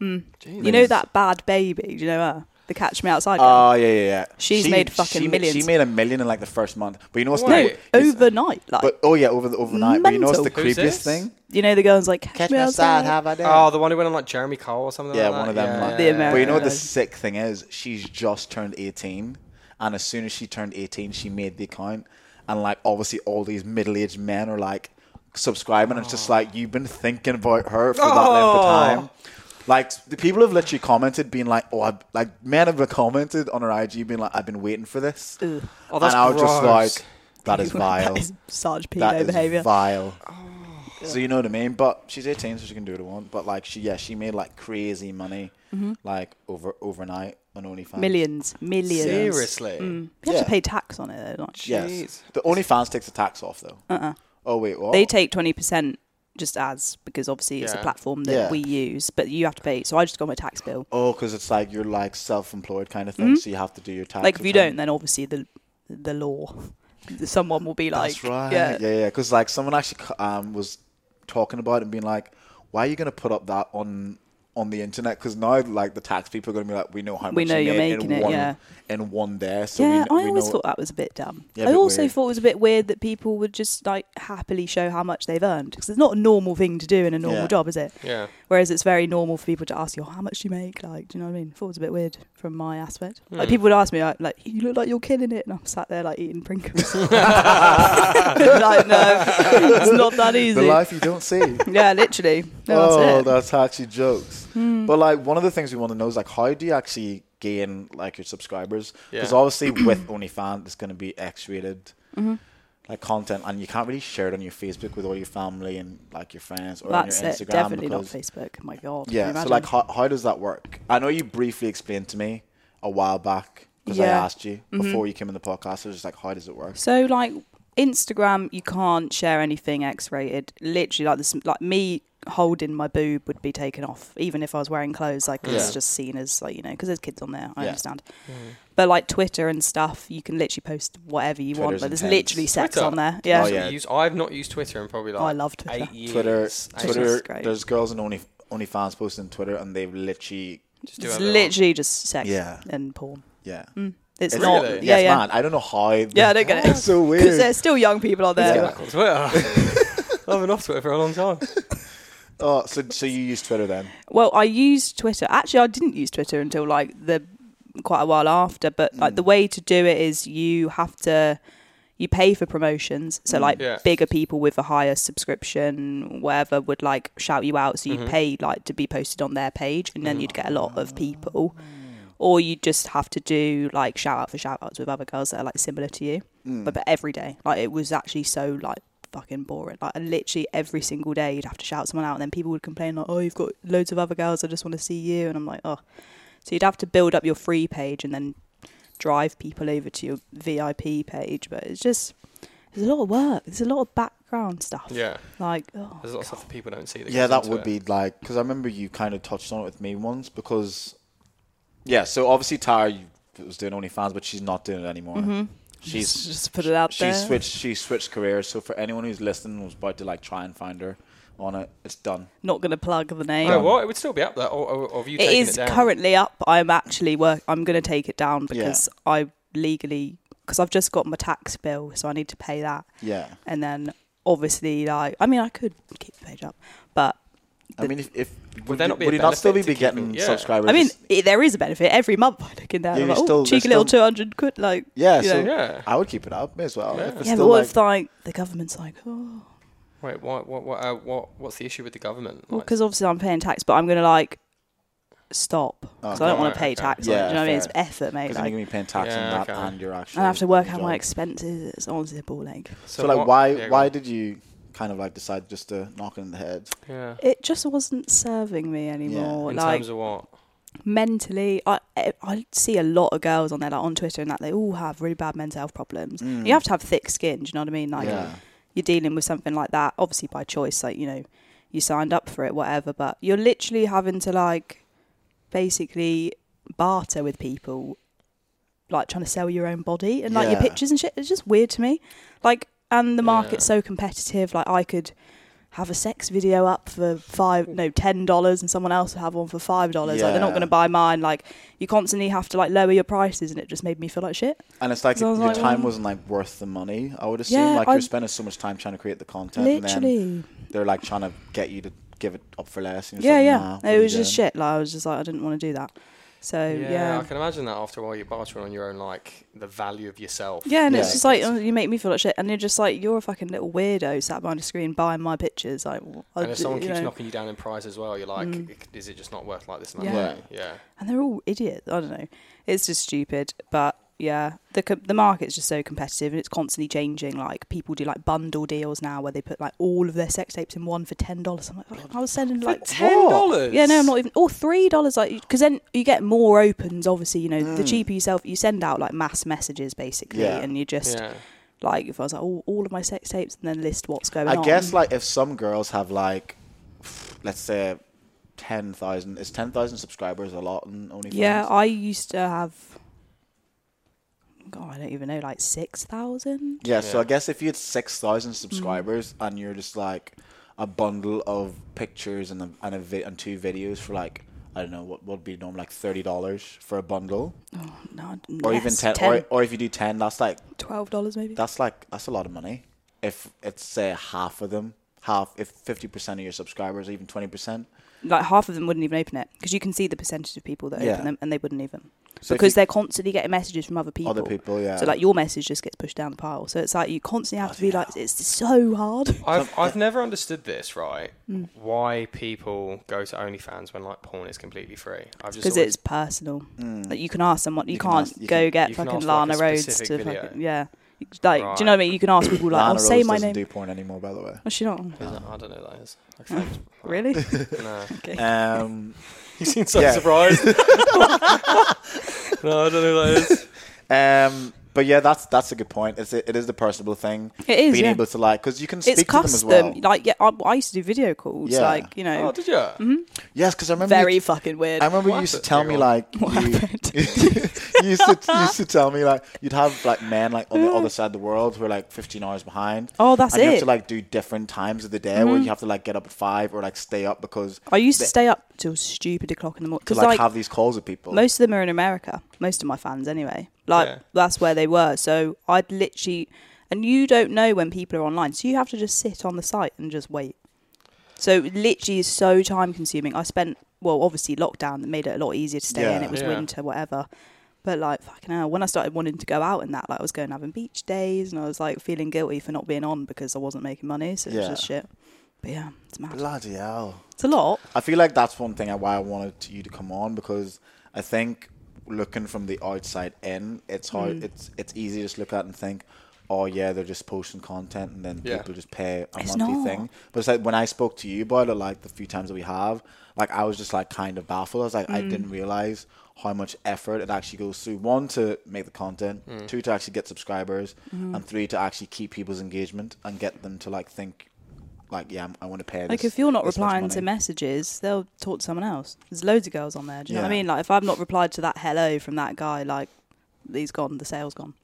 Speaker 1: you know that bad baby? Do you know her? The Catch Me Outside girl?
Speaker 3: Oh yeah, yeah, yeah.
Speaker 1: She's made fucking
Speaker 3: she ma-
Speaker 1: millions.
Speaker 3: She made a million in like the first month. But you know what's
Speaker 4: Wait.
Speaker 1: No,
Speaker 3: like,
Speaker 1: overnight. Like,
Speaker 3: but oh yeah, over the overnight. But you know what's the
Speaker 1: Mental.
Speaker 4: Who's this?
Speaker 3: creepiest thing?
Speaker 1: you know, the girl's like, Catch,
Speaker 3: Catch
Speaker 1: Me
Speaker 3: me outside,
Speaker 1: Outside.
Speaker 3: have I done?
Speaker 4: Oh, the one who went on like Jeremy Cole or something.
Speaker 3: Yeah,
Speaker 4: like
Speaker 3: one of
Speaker 4: that?
Speaker 3: them.
Speaker 4: Yeah,
Speaker 3: like,
Speaker 1: The
Speaker 4: yeah,
Speaker 1: American
Speaker 3: But you know what the
Speaker 1: version.
Speaker 3: sick thing is? She's just turned 18, and as soon as she turned 18, she made the account, and like obviously all these middle-aged men are like subscribing, and it's just like you've been thinking about her for that length of
Speaker 4: Oh.
Speaker 3: time. Like the people have literally commented, being like, "Oh, I've, like men have commented on her IG, being like, I've been waiting for this,"
Speaker 1: Ugh.
Speaker 4: Oh, that's
Speaker 3: and I was just
Speaker 4: gross.
Speaker 3: like, "That is vile.
Speaker 1: that is such pedo
Speaker 3: That is
Speaker 1: behavior.
Speaker 3: vile. so you know what I mean. But she's 18, so she can do what she wants. But like she, yeah, she made like crazy money, like over overnight on OnlyFans.
Speaker 1: Mm-hmm. Millions. Millions.
Speaker 4: Seriously.
Speaker 1: You have
Speaker 3: Yeah.
Speaker 1: to pay tax on it, though. don't you?
Speaker 3: Yes.
Speaker 4: Jeez.
Speaker 3: The OnlyFans takes the tax off though.
Speaker 1: Uh-uh.
Speaker 3: Oh wait, what?
Speaker 1: They take twenty percent just as because obviously it's a
Speaker 4: Yeah.
Speaker 1: platform that
Speaker 3: Yeah.
Speaker 1: we use, but you have to pay. So I just got my tax bill.
Speaker 3: oh, because it's like you're like self-employed kind of thing, so you have to do your tax.
Speaker 1: Mm-hmm. Like if you
Speaker 3: return.
Speaker 1: don't, then obviously the the law, someone will be like,
Speaker 3: That's right.
Speaker 1: yeah,
Speaker 3: Yeah, yeah. Because like someone actually c- um, was talking about it and being like, "Why are you going to put up that on on the internet? Because now like the tax people are going to be like, we know how
Speaker 1: We
Speaker 3: much
Speaker 1: know
Speaker 3: you
Speaker 1: you're
Speaker 3: made
Speaker 1: making
Speaker 3: in
Speaker 1: it,
Speaker 3: one
Speaker 1: yeah.
Speaker 3: in one day. So
Speaker 1: yeah.
Speaker 3: we, kn-
Speaker 1: I
Speaker 3: we
Speaker 1: always
Speaker 3: know,
Speaker 1: thought that was a bit dumb.
Speaker 3: Yeah, a
Speaker 1: I
Speaker 3: bit
Speaker 1: also
Speaker 3: weird.
Speaker 1: thought it was a bit weird that people would just like happily show how much they've earned because it's not a normal thing to do in a normal
Speaker 3: Yeah.
Speaker 1: job, is it?
Speaker 4: Yeah.
Speaker 1: Whereas it's very normal for people to ask you, "Oh, how much do you make? Like, do you know what I mean? I thought it was a bit weird from my aspect. Like,
Speaker 4: Hmm.
Speaker 1: people would ask me, like, like, you look like you're killing it. And I'm sat there, like, eating Pringles. like, no, it's not that
Speaker 3: the
Speaker 1: easy.
Speaker 3: life you don't see.
Speaker 1: Yeah, literally. No,
Speaker 3: oh,
Speaker 1: that's it. Hmm.
Speaker 3: that's actually jokes. But like one of the things we want to know is like how do you actually gain like your subscribers? Because
Speaker 4: Yeah.
Speaker 3: obviously with OnlyFans it's going to be X rated.
Speaker 1: Mm-hmm.
Speaker 3: Like content, and you can't really share it on your Facebook with all your family and like your friends or
Speaker 1: That's
Speaker 3: on your
Speaker 1: it.
Speaker 3: Instagram.
Speaker 1: Definitely not
Speaker 3: because-
Speaker 1: Facebook. Oh My God.
Speaker 3: Yeah.
Speaker 1: Can you
Speaker 3: So like,
Speaker 1: imagine?
Speaker 3: how, how does that work? I know you briefly explained to me a while back because I
Speaker 1: Yeah. Mm-hmm.
Speaker 3: asked you before you came in the podcast. I was just like, how does it work?
Speaker 1: So like Instagram, you can't share anything X-rated. Literally, like this, like me holding my boob would be taken off, even if I was wearing clothes. Like
Speaker 3: Yeah.
Speaker 1: it's just seen as like you know, because there's kids on there. I
Speaker 3: Yeah.
Speaker 1: understand. But like Twitter and stuff, you can literally post whatever you want.
Speaker 3: Twitter's
Speaker 1: But there's
Speaker 3: intense.
Speaker 1: literally sex
Speaker 4: Twitter?
Speaker 1: on there. Yeah. Oh,
Speaker 3: Oh,
Speaker 4: So
Speaker 3: yeah.
Speaker 4: you Use, I've not used Twitter in probably like
Speaker 1: I love Twitter.
Speaker 4: eight years.
Speaker 3: Twitter,
Speaker 4: Eight
Speaker 3: Twitter.
Speaker 4: years.
Speaker 1: That's great.
Speaker 3: There's girls and only OnlyFans posting Twitter, and they've literally,
Speaker 4: Just do
Speaker 1: It's
Speaker 4: whatever they want.
Speaker 1: literally just sex
Speaker 3: Yeah.
Speaker 1: and porn.
Speaker 3: yeah,
Speaker 1: It's,
Speaker 3: It's-
Speaker 1: not.
Speaker 4: Really?
Speaker 1: Mm. Yeah,
Speaker 3: it's
Speaker 1: yeah.
Speaker 3: mad. I don't know how.
Speaker 1: Yeah, I don't get it.
Speaker 3: It's so
Speaker 1: Because
Speaker 3: weird.
Speaker 1: there's still young people on
Speaker 3: Yeah.
Speaker 1: there.
Speaker 4: Back on Twitter. I've been off Twitter for a long time.
Speaker 3: Oh, so so you use Twitter then?
Speaker 1: Well, I used Twitter. Actually, I didn't use Twitter until like the quite a while after. But like the way to do it is you have to you pay for promotions. So like
Speaker 4: Yeah.
Speaker 1: bigger people with a higher subscription, whatever, would like shout you out. So you'd pay like to be posted on their page, and then you'd get a lot of people. Or you just have to do like shout out for shout outs with other girls that are like similar to you, but, but every day. Like it was actually so like fucking boring. Like literally every single day you'd have to shout someone out, and then people would complain like, "Oh, you've got loads of other girls. I just want to see you." And I'm like, "Oh." So you'd have to build up your free page and then drive people over to your VIP page, but it's just There's a lot of work. There's a lot of background stuff.
Speaker 4: Yeah.
Speaker 1: Like, oh,
Speaker 4: There's a lot of stuff that people don't see. That
Speaker 3: yeah
Speaker 4: goes
Speaker 3: that
Speaker 4: into
Speaker 3: would
Speaker 4: it.
Speaker 3: be like because i remember you kind of touched on it with me once because yeah so obviously tara you- was doing onlyfans but she's not doing it anymore
Speaker 1: Mm-hmm.
Speaker 3: she's
Speaker 1: Just- just put it out
Speaker 3: she
Speaker 1: there.
Speaker 3: switched she switched careers so for anyone who's listening and was about to like try and find her on it it's done
Speaker 1: not going to plug the name.
Speaker 4: No, what? It would still be up there. Or, or, or have you
Speaker 1: it
Speaker 4: taken
Speaker 1: is
Speaker 4: it down?
Speaker 1: currently up. I'm actually work. I'm going to take it down because I legally because I've just got my tax bill, so I need to pay that.
Speaker 3: yeah
Speaker 1: And then obviously, like, I mean, I could keep the page up, but
Speaker 3: i mean if, if would,
Speaker 4: there
Speaker 3: you-
Speaker 4: not be a
Speaker 3: would you not still be
Speaker 4: benefit to keep
Speaker 3: getting
Speaker 4: it? Yeah.
Speaker 3: subscribers
Speaker 1: I mean, i there is a benefit every month. I look in there,
Speaker 3: Yeah,
Speaker 1: I'm
Speaker 3: you
Speaker 1: like, oh,
Speaker 3: still-
Speaker 1: cheeky
Speaker 3: there's
Speaker 1: little two hundred quid, like,
Speaker 3: yeah
Speaker 1: you
Speaker 3: so
Speaker 1: know.
Speaker 4: Yeah.
Speaker 3: i would keep it up as well
Speaker 4: Yeah.
Speaker 3: if it's
Speaker 1: yeah. But
Speaker 3: still
Speaker 1: what
Speaker 3: like,
Speaker 1: if like the government's like, oh,
Speaker 4: Wait, what? What? What? Uh, what? What's the issue with the government?
Speaker 1: well,
Speaker 4: Like,
Speaker 1: because obviously I'm paying tax, but I'm going to like stop because I don't
Speaker 4: Okay.
Speaker 1: want to pay
Speaker 4: Okay.
Speaker 1: tax. like,
Speaker 3: Yeah,
Speaker 1: do you know what I mean? It's
Speaker 3: Oh, fair.
Speaker 1: effort, mate.
Speaker 3: 'cause then
Speaker 1: Like,
Speaker 3: you're gonna be paying tax
Speaker 4: Yeah,
Speaker 3: on that
Speaker 4: okay.
Speaker 3: and you're actually
Speaker 1: and I have to work out
Speaker 3: doing
Speaker 1: my
Speaker 3: your job.
Speaker 1: expenses. It's honestly a ball ache.
Speaker 3: so, like
Speaker 4: what-
Speaker 3: why
Speaker 4: yeah, go
Speaker 3: why
Speaker 4: on.
Speaker 3: did you kind of like decide just to knock it in the head
Speaker 4: Yeah.
Speaker 1: It just wasn't serving me anymore.
Speaker 4: In
Speaker 1: like
Speaker 4: terms of what?
Speaker 1: mentally, I I- I see a lot of girls on there like on Twitter and that they all have really bad mental health problems. You have to have thick skin. Do you know what I mean? Like
Speaker 3: Yeah.
Speaker 1: you're dealing with something like that, obviously by choice. Like you know, you signed up for it, whatever. But you're literally having to like basically barter with people, like trying to sell your own body and like your
Speaker 3: Yeah.
Speaker 1: pictures and shit. It's just weird to me. Like, and the market's
Speaker 4: Yeah.
Speaker 1: so competitive. Like I could. Have a sex video up for five, no, ten dollars, and someone else would have one for five dollars. Like they're not
Speaker 3: Yeah.
Speaker 1: going to buy mine. Like you constantly have to like lower your prices, and it just made me feel like shit.
Speaker 3: And it's like
Speaker 1: So I was
Speaker 3: your
Speaker 1: like,
Speaker 3: time
Speaker 1: well-
Speaker 3: wasn't like worth the money. I would assume
Speaker 1: Yeah,
Speaker 3: like
Speaker 1: I-
Speaker 3: you're spending so much time trying to create the content, and
Speaker 1: Literally,
Speaker 3: then they're like trying to get you to give it up for less. And you're
Speaker 1: yeah,
Speaker 3: just
Speaker 1: yeah.
Speaker 3: like, nah, what
Speaker 1: it
Speaker 3: are
Speaker 1: was
Speaker 3: you
Speaker 1: just
Speaker 3: doing?
Speaker 1: shit. Like I was just like I didn't want to do that. So
Speaker 4: yeah,
Speaker 1: yeah,
Speaker 4: I can imagine that after a while you're bartering on your own, like the value of yourself.
Speaker 1: Yeah, and it's
Speaker 3: Yeah.
Speaker 1: just like oh, you make me feel like shit, and you're just like you're a fucking little weirdo sat behind a screen buying my pictures. Like, wh- I
Speaker 4: And if
Speaker 1: d-
Speaker 4: someone
Speaker 1: you
Speaker 4: keeps
Speaker 1: know. Mm.
Speaker 4: knocking you down in price as well, you're like, "I- is it just not worth like this? And that
Speaker 1: Yeah.
Speaker 4: Way? yeah.
Speaker 1: and they're all idiots. I don't know. It's just stupid, but yeah, the co- the market's just so competitive and it's constantly changing. Like people do like bundle deals now where they put like all of their sex tapes in one for ten dollars. I'm like, "Oh, I was sending like
Speaker 4: ten dollars.
Speaker 1: Yeah, no, I'm not even. Or three dollars, like because then you get more opens. Obviously, you know, the cheaper you sell, you send out like mass messages basically,
Speaker 3: Yeah.
Speaker 1: and you just
Speaker 4: Yeah.
Speaker 1: like if I was like all, all of my sex tapes and then list what's going on.
Speaker 3: I guess like if some girls have like, let's say, ten thousand. Is ten thousand subscribers a lot in OnlyFans?
Speaker 1: yeah, I used to have. God, I don't even know, like six thousand.
Speaker 3: yeah. So
Speaker 4: Yeah.
Speaker 3: I guess if you had six thousand
Speaker 1: Mm-hmm.
Speaker 3: subscribers and you're just like a bundle of pictures and a, and a vi- and two videos for like. I don't know what would be normal, like thirty dollars for a bundle,
Speaker 1: No,
Speaker 3: or even
Speaker 1: less,
Speaker 3: ten, Or, or if you do ten, that's like
Speaker 1: twelve dollars maybe.
Speaker 3: that's like that's a lot of money. If it's say half of them, half if fifty percent of your subscribers, even twenty percent.
Speaker 1: like half of them wouldn't even open it because you can see the percentage of people that
Speaker 3: Yeah.
Speaker 1: open them and they wouldn't even
Speaker 3: So if
Speaker 1: because
Speaker 3: you-
Speaker 1: they're constantly getting messages from other people.
Speaker 3: Other people, yeah.
Speaker 1: So like your message just gets pushed down the pile. So it's like you constantly have to be like, it's so hard.
Speaker 4: I've, I've never understood this, right?
Speaker 1: Mm.
Speaker 4: Why people go to OnlyFans when like porn is completely free? I've just
Speaker 1: Because
Speaker 4: always-
Speaker 1: it's personal. Like you can ask someone, you,
Speaker 3: can
Speaker 1: can't
Speaker 3: ask- Mm. you
Speaker 1: go
Speaker 3: can-
Speaker 1: get
Speaker 4: you can
Speaker 1: fucking
Speaker 4: ask for, like, a
Speaker 1: Lana Rhodes
Speaker 4: specific
Speaker 1: to
Speaker 4: video.
Speaker 1: fucking yeah. Like, do you know what I mean? You can ask people like,
Speaker 3: Lana
Speaker 1: "I'll say
Speaker 3: Rose
Speaker 1: my
Speaker 3: doesn't
Speaker 1: name."
Speaker 3: do porn anymore, by the way.
Speaker 1: Oh, she not on?
Speaker 4: Is that- I don't know what that is. I think-
Speaker 1: Really?
Speaker 4: no.
Speaker 3: Um,
Speaker 4: You seem so
Speaker 3: Yeah.
Speaker 4: surprised. no, I don't know what that is.
Speaker 3: um, but yeah, that's that's a good point. It's it is the personable thing.
Speaker 1: It is,
Speaker 3: being
Speaker 1: yeah.
Speaker 3: able to like because you can speak
Speaker 1: It's
Speaker 3: to them as
Speaker 1: custom.
Speaker 3: well.
Speaker 1: Like yeah, I, I used to do video calls.
Speaker 3: Yeah.
Speaker 1: Like you know,
Speaker 4: Oh, did you?
Speaker 1: Mm-hmm.
Speaker 3: yes, because I remember
Speaker 1: very
Speaker 3: You,
Speaker 1: fucking weird.
Speaker 3: I remember you
Speaker 4: What
Speaker 3: used to
Speaker 4: happened?
Speaker 3: tell me
Speaker 4: Hang on.
Speaker 3: like you,
Speaker 1: What happened?
Speaker 3: you used to you used to tell me like you'd have like men like on the other side of the world who are like 15 hours behind.
Speaker 1: Oh, that's
Speaker 3: and You have
Speaker 1: it. Mm-hmm.
Speaker 3: to like do different times of the day where you have to like get up at five or like stay up because
Speaker 1: I used to
Speaker 3: they-
Speaker 1: stay up till stupid o'clock in the morning
Speaker 3: to
Speaker 1: because
Speaker 3: like,
Speaker 1: like
Speaker 3: have these calls with people.
Speaker 1: most of them are in America. Most of my fans, anyway. Like
Speaker 4: Yeah.
Speaker 1: that's where they were. So I'd literally, and you don't know when people are online, so you have to just sit on the site and just wait. So it literally, is so time consuming. I spent well, obviously lockdown that made it a lot easier to stay in.
Speaker 3: Yeah.
Speaker 1: It was
Speaker 4: Yeah.
Speaker 1: winter, whatever. But like fucking hell, when I started wanting to go out and that, like I was going having beach days, and I was like feeling guilty for not being on because I wasn't making money. So it was
Speaker 3: Yeah.
Speaker 1: just shit. But yeah, it's mad.
Speaker 3: Bloody hell.
Speaker 1: It's a lot.
Speaker 3: I feel like that's one thing I- why I wanted to- you to come on because I
Speaker 1: Mm.
Speaker 3: think looking from the outside in, it's hard. It's it's easy to just look at and think, oh yeah, they're just posting content and then
Speaker 4: Yeah.
Speaker 3: people just pay a
Speaker 1: It's
Speaker 3: monthly
Speaker 1: not.
Speaker 3: thing. But it's like when I spoke to you about it, like the few times that we have, like I was just like kind of baffled. I was like, I
Speaker 1: Mm.
Speaker 3: didn't realize how much effort it actually goes through. One to make the content, two to actually get subscribers,
Speaker 1: Mm-hmm.
Speaker 3: and three to actually keep people's engagement and get them to like think. Like yeah, I want to pay.
Speaker 1: Like
Speaker 3: this-
Speaker 1: if you're not
Speaker 3: this much
Speaker 1: replying to
Speaker 3: money.
Speaker 1: messages, they'll talk to someone else. There's loads of girls on there. Do you know what I
Speaker 3: Yeah.
Speaker 1: mean? Like if I've not replied to that hello from that guy, like he's gone, the sale's gone,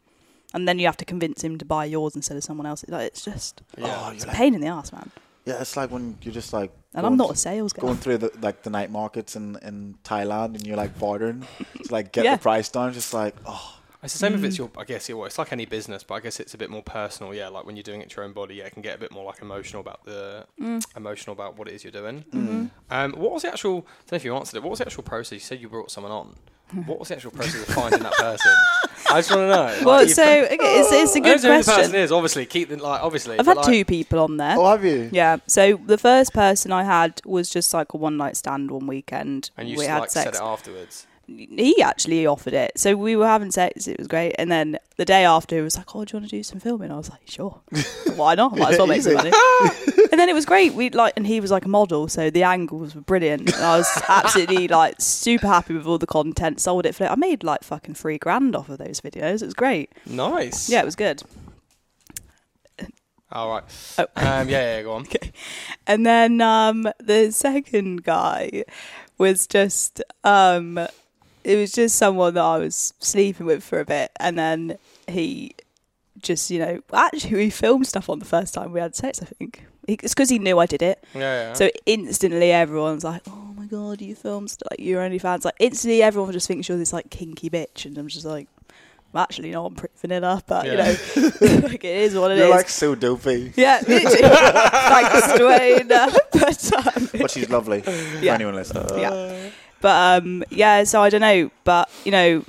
Speaker 1: and then you have to convince him to buy yours instead of someone else's. Like it's just
Speaker 4: Yeah.
Speaker 3: Oh,
Speaker 1: it's
Speaker 3: you're
Speaker 1: a
Speaker 3: like-
Speaker 1: pain in the ass, man.
Speaker 3: yeah, it's like when you're just like.
Speaker 1: And
Speaker 3: going
Speaker 1: I'm not
Speaker 3: to-
Speaker 1: a sales guy.
Speaker 3: going through the like the night markets in, in Thailand and you're like bartering to like get
Speaker 1: Yeah.
Speaker 3: the price down. Just like oh
Speaker 4: It's the same if it's your. I guess yeah, well, it's like any business, but I guess it's a bit more personal. Yeah, like when you're doing it to your own body, yeah, it can get a bit more like emotional about the
Speaker 1: Mm.
Speaker 4: emotional about what it is you're doing.
Speaker 1: Mm-hmm.
Speaker 4: Um, what was the actual? I don't know if you answered it. What was the actual process? You said you brought someone on. What was the actual process of finding that person? I just want to know. like,
Speaker 1: Well,
Speaker 4: you-
Speaker 1: so okay, it's, it's a
Speaker 4: I don't
Speaker 1: good
Speaker 4: know who the person
Speaker 1: question.
Speaker 4: is obviously keep the like obviously.
Speaker 1: I've
Speaker 4: but,
Speaker 1: had
Speaker 4: like,
Speaker 1: two people on there.
Speaker 3: oh have you
Speaker 1: Yeah. So the first person I had was just like a one night stand one weekend.
Speaker 4: And you
Speaker 1: we
Speaker 4: s-
Speaker 1: had
Speaker 4: like said
Speaker 1: sex.
Speaker 4: it afterwards.
Speaker 1: he actually offered it. So we were having sex. It was great. And then the day after, he was like, "Oh, do you want to do some filming?" I was like, "Sure, why not? Might as well make some money." and then it was great. We like, and he was like a model, so the angles were brilliant. And I was absolutely like super happy with all the content. Sold it for. I made like fucking three grand off of those videos. It was great.
Speaker 4: Nice.
Speaker 1: Yeah, it was good.
Speaker 4: All right.
Speaker 1: Oh.
Speaker 4: Um, yeah, yeah, go on.
Speaker 1: And then um, the second guy was just um, it was just someone that I was sleeping with for a bit, and then he just you know actually we filmed stuff on the first time we had sex. I think He- it's because he knew I did it,
Speaker 3: Oh.
Speaker 4: Yeah, yeah.
Speaker 1: so instantly everyone's like, "Oh my god, you filmed st- like you're OnlyFans!" Like instantly everyone just thinks you're this like kinky bitch, and I'm just like. I'm actually not I'm pretty vanilla, but
Speaker 4: Yeah.
Speaker 1: you know, like it is what it is.
Speaker 3: You're like so dopey,
Speaker 1: Yeah, literally. Thanks, Dwayne. uh, but, um,
Speaker 3: but she's lovely. For
Speaker 1: Yeah.
Speaker 3: anyone listening,
Speaker 1: yeah. But um, yeah, so I don't know. But, you know,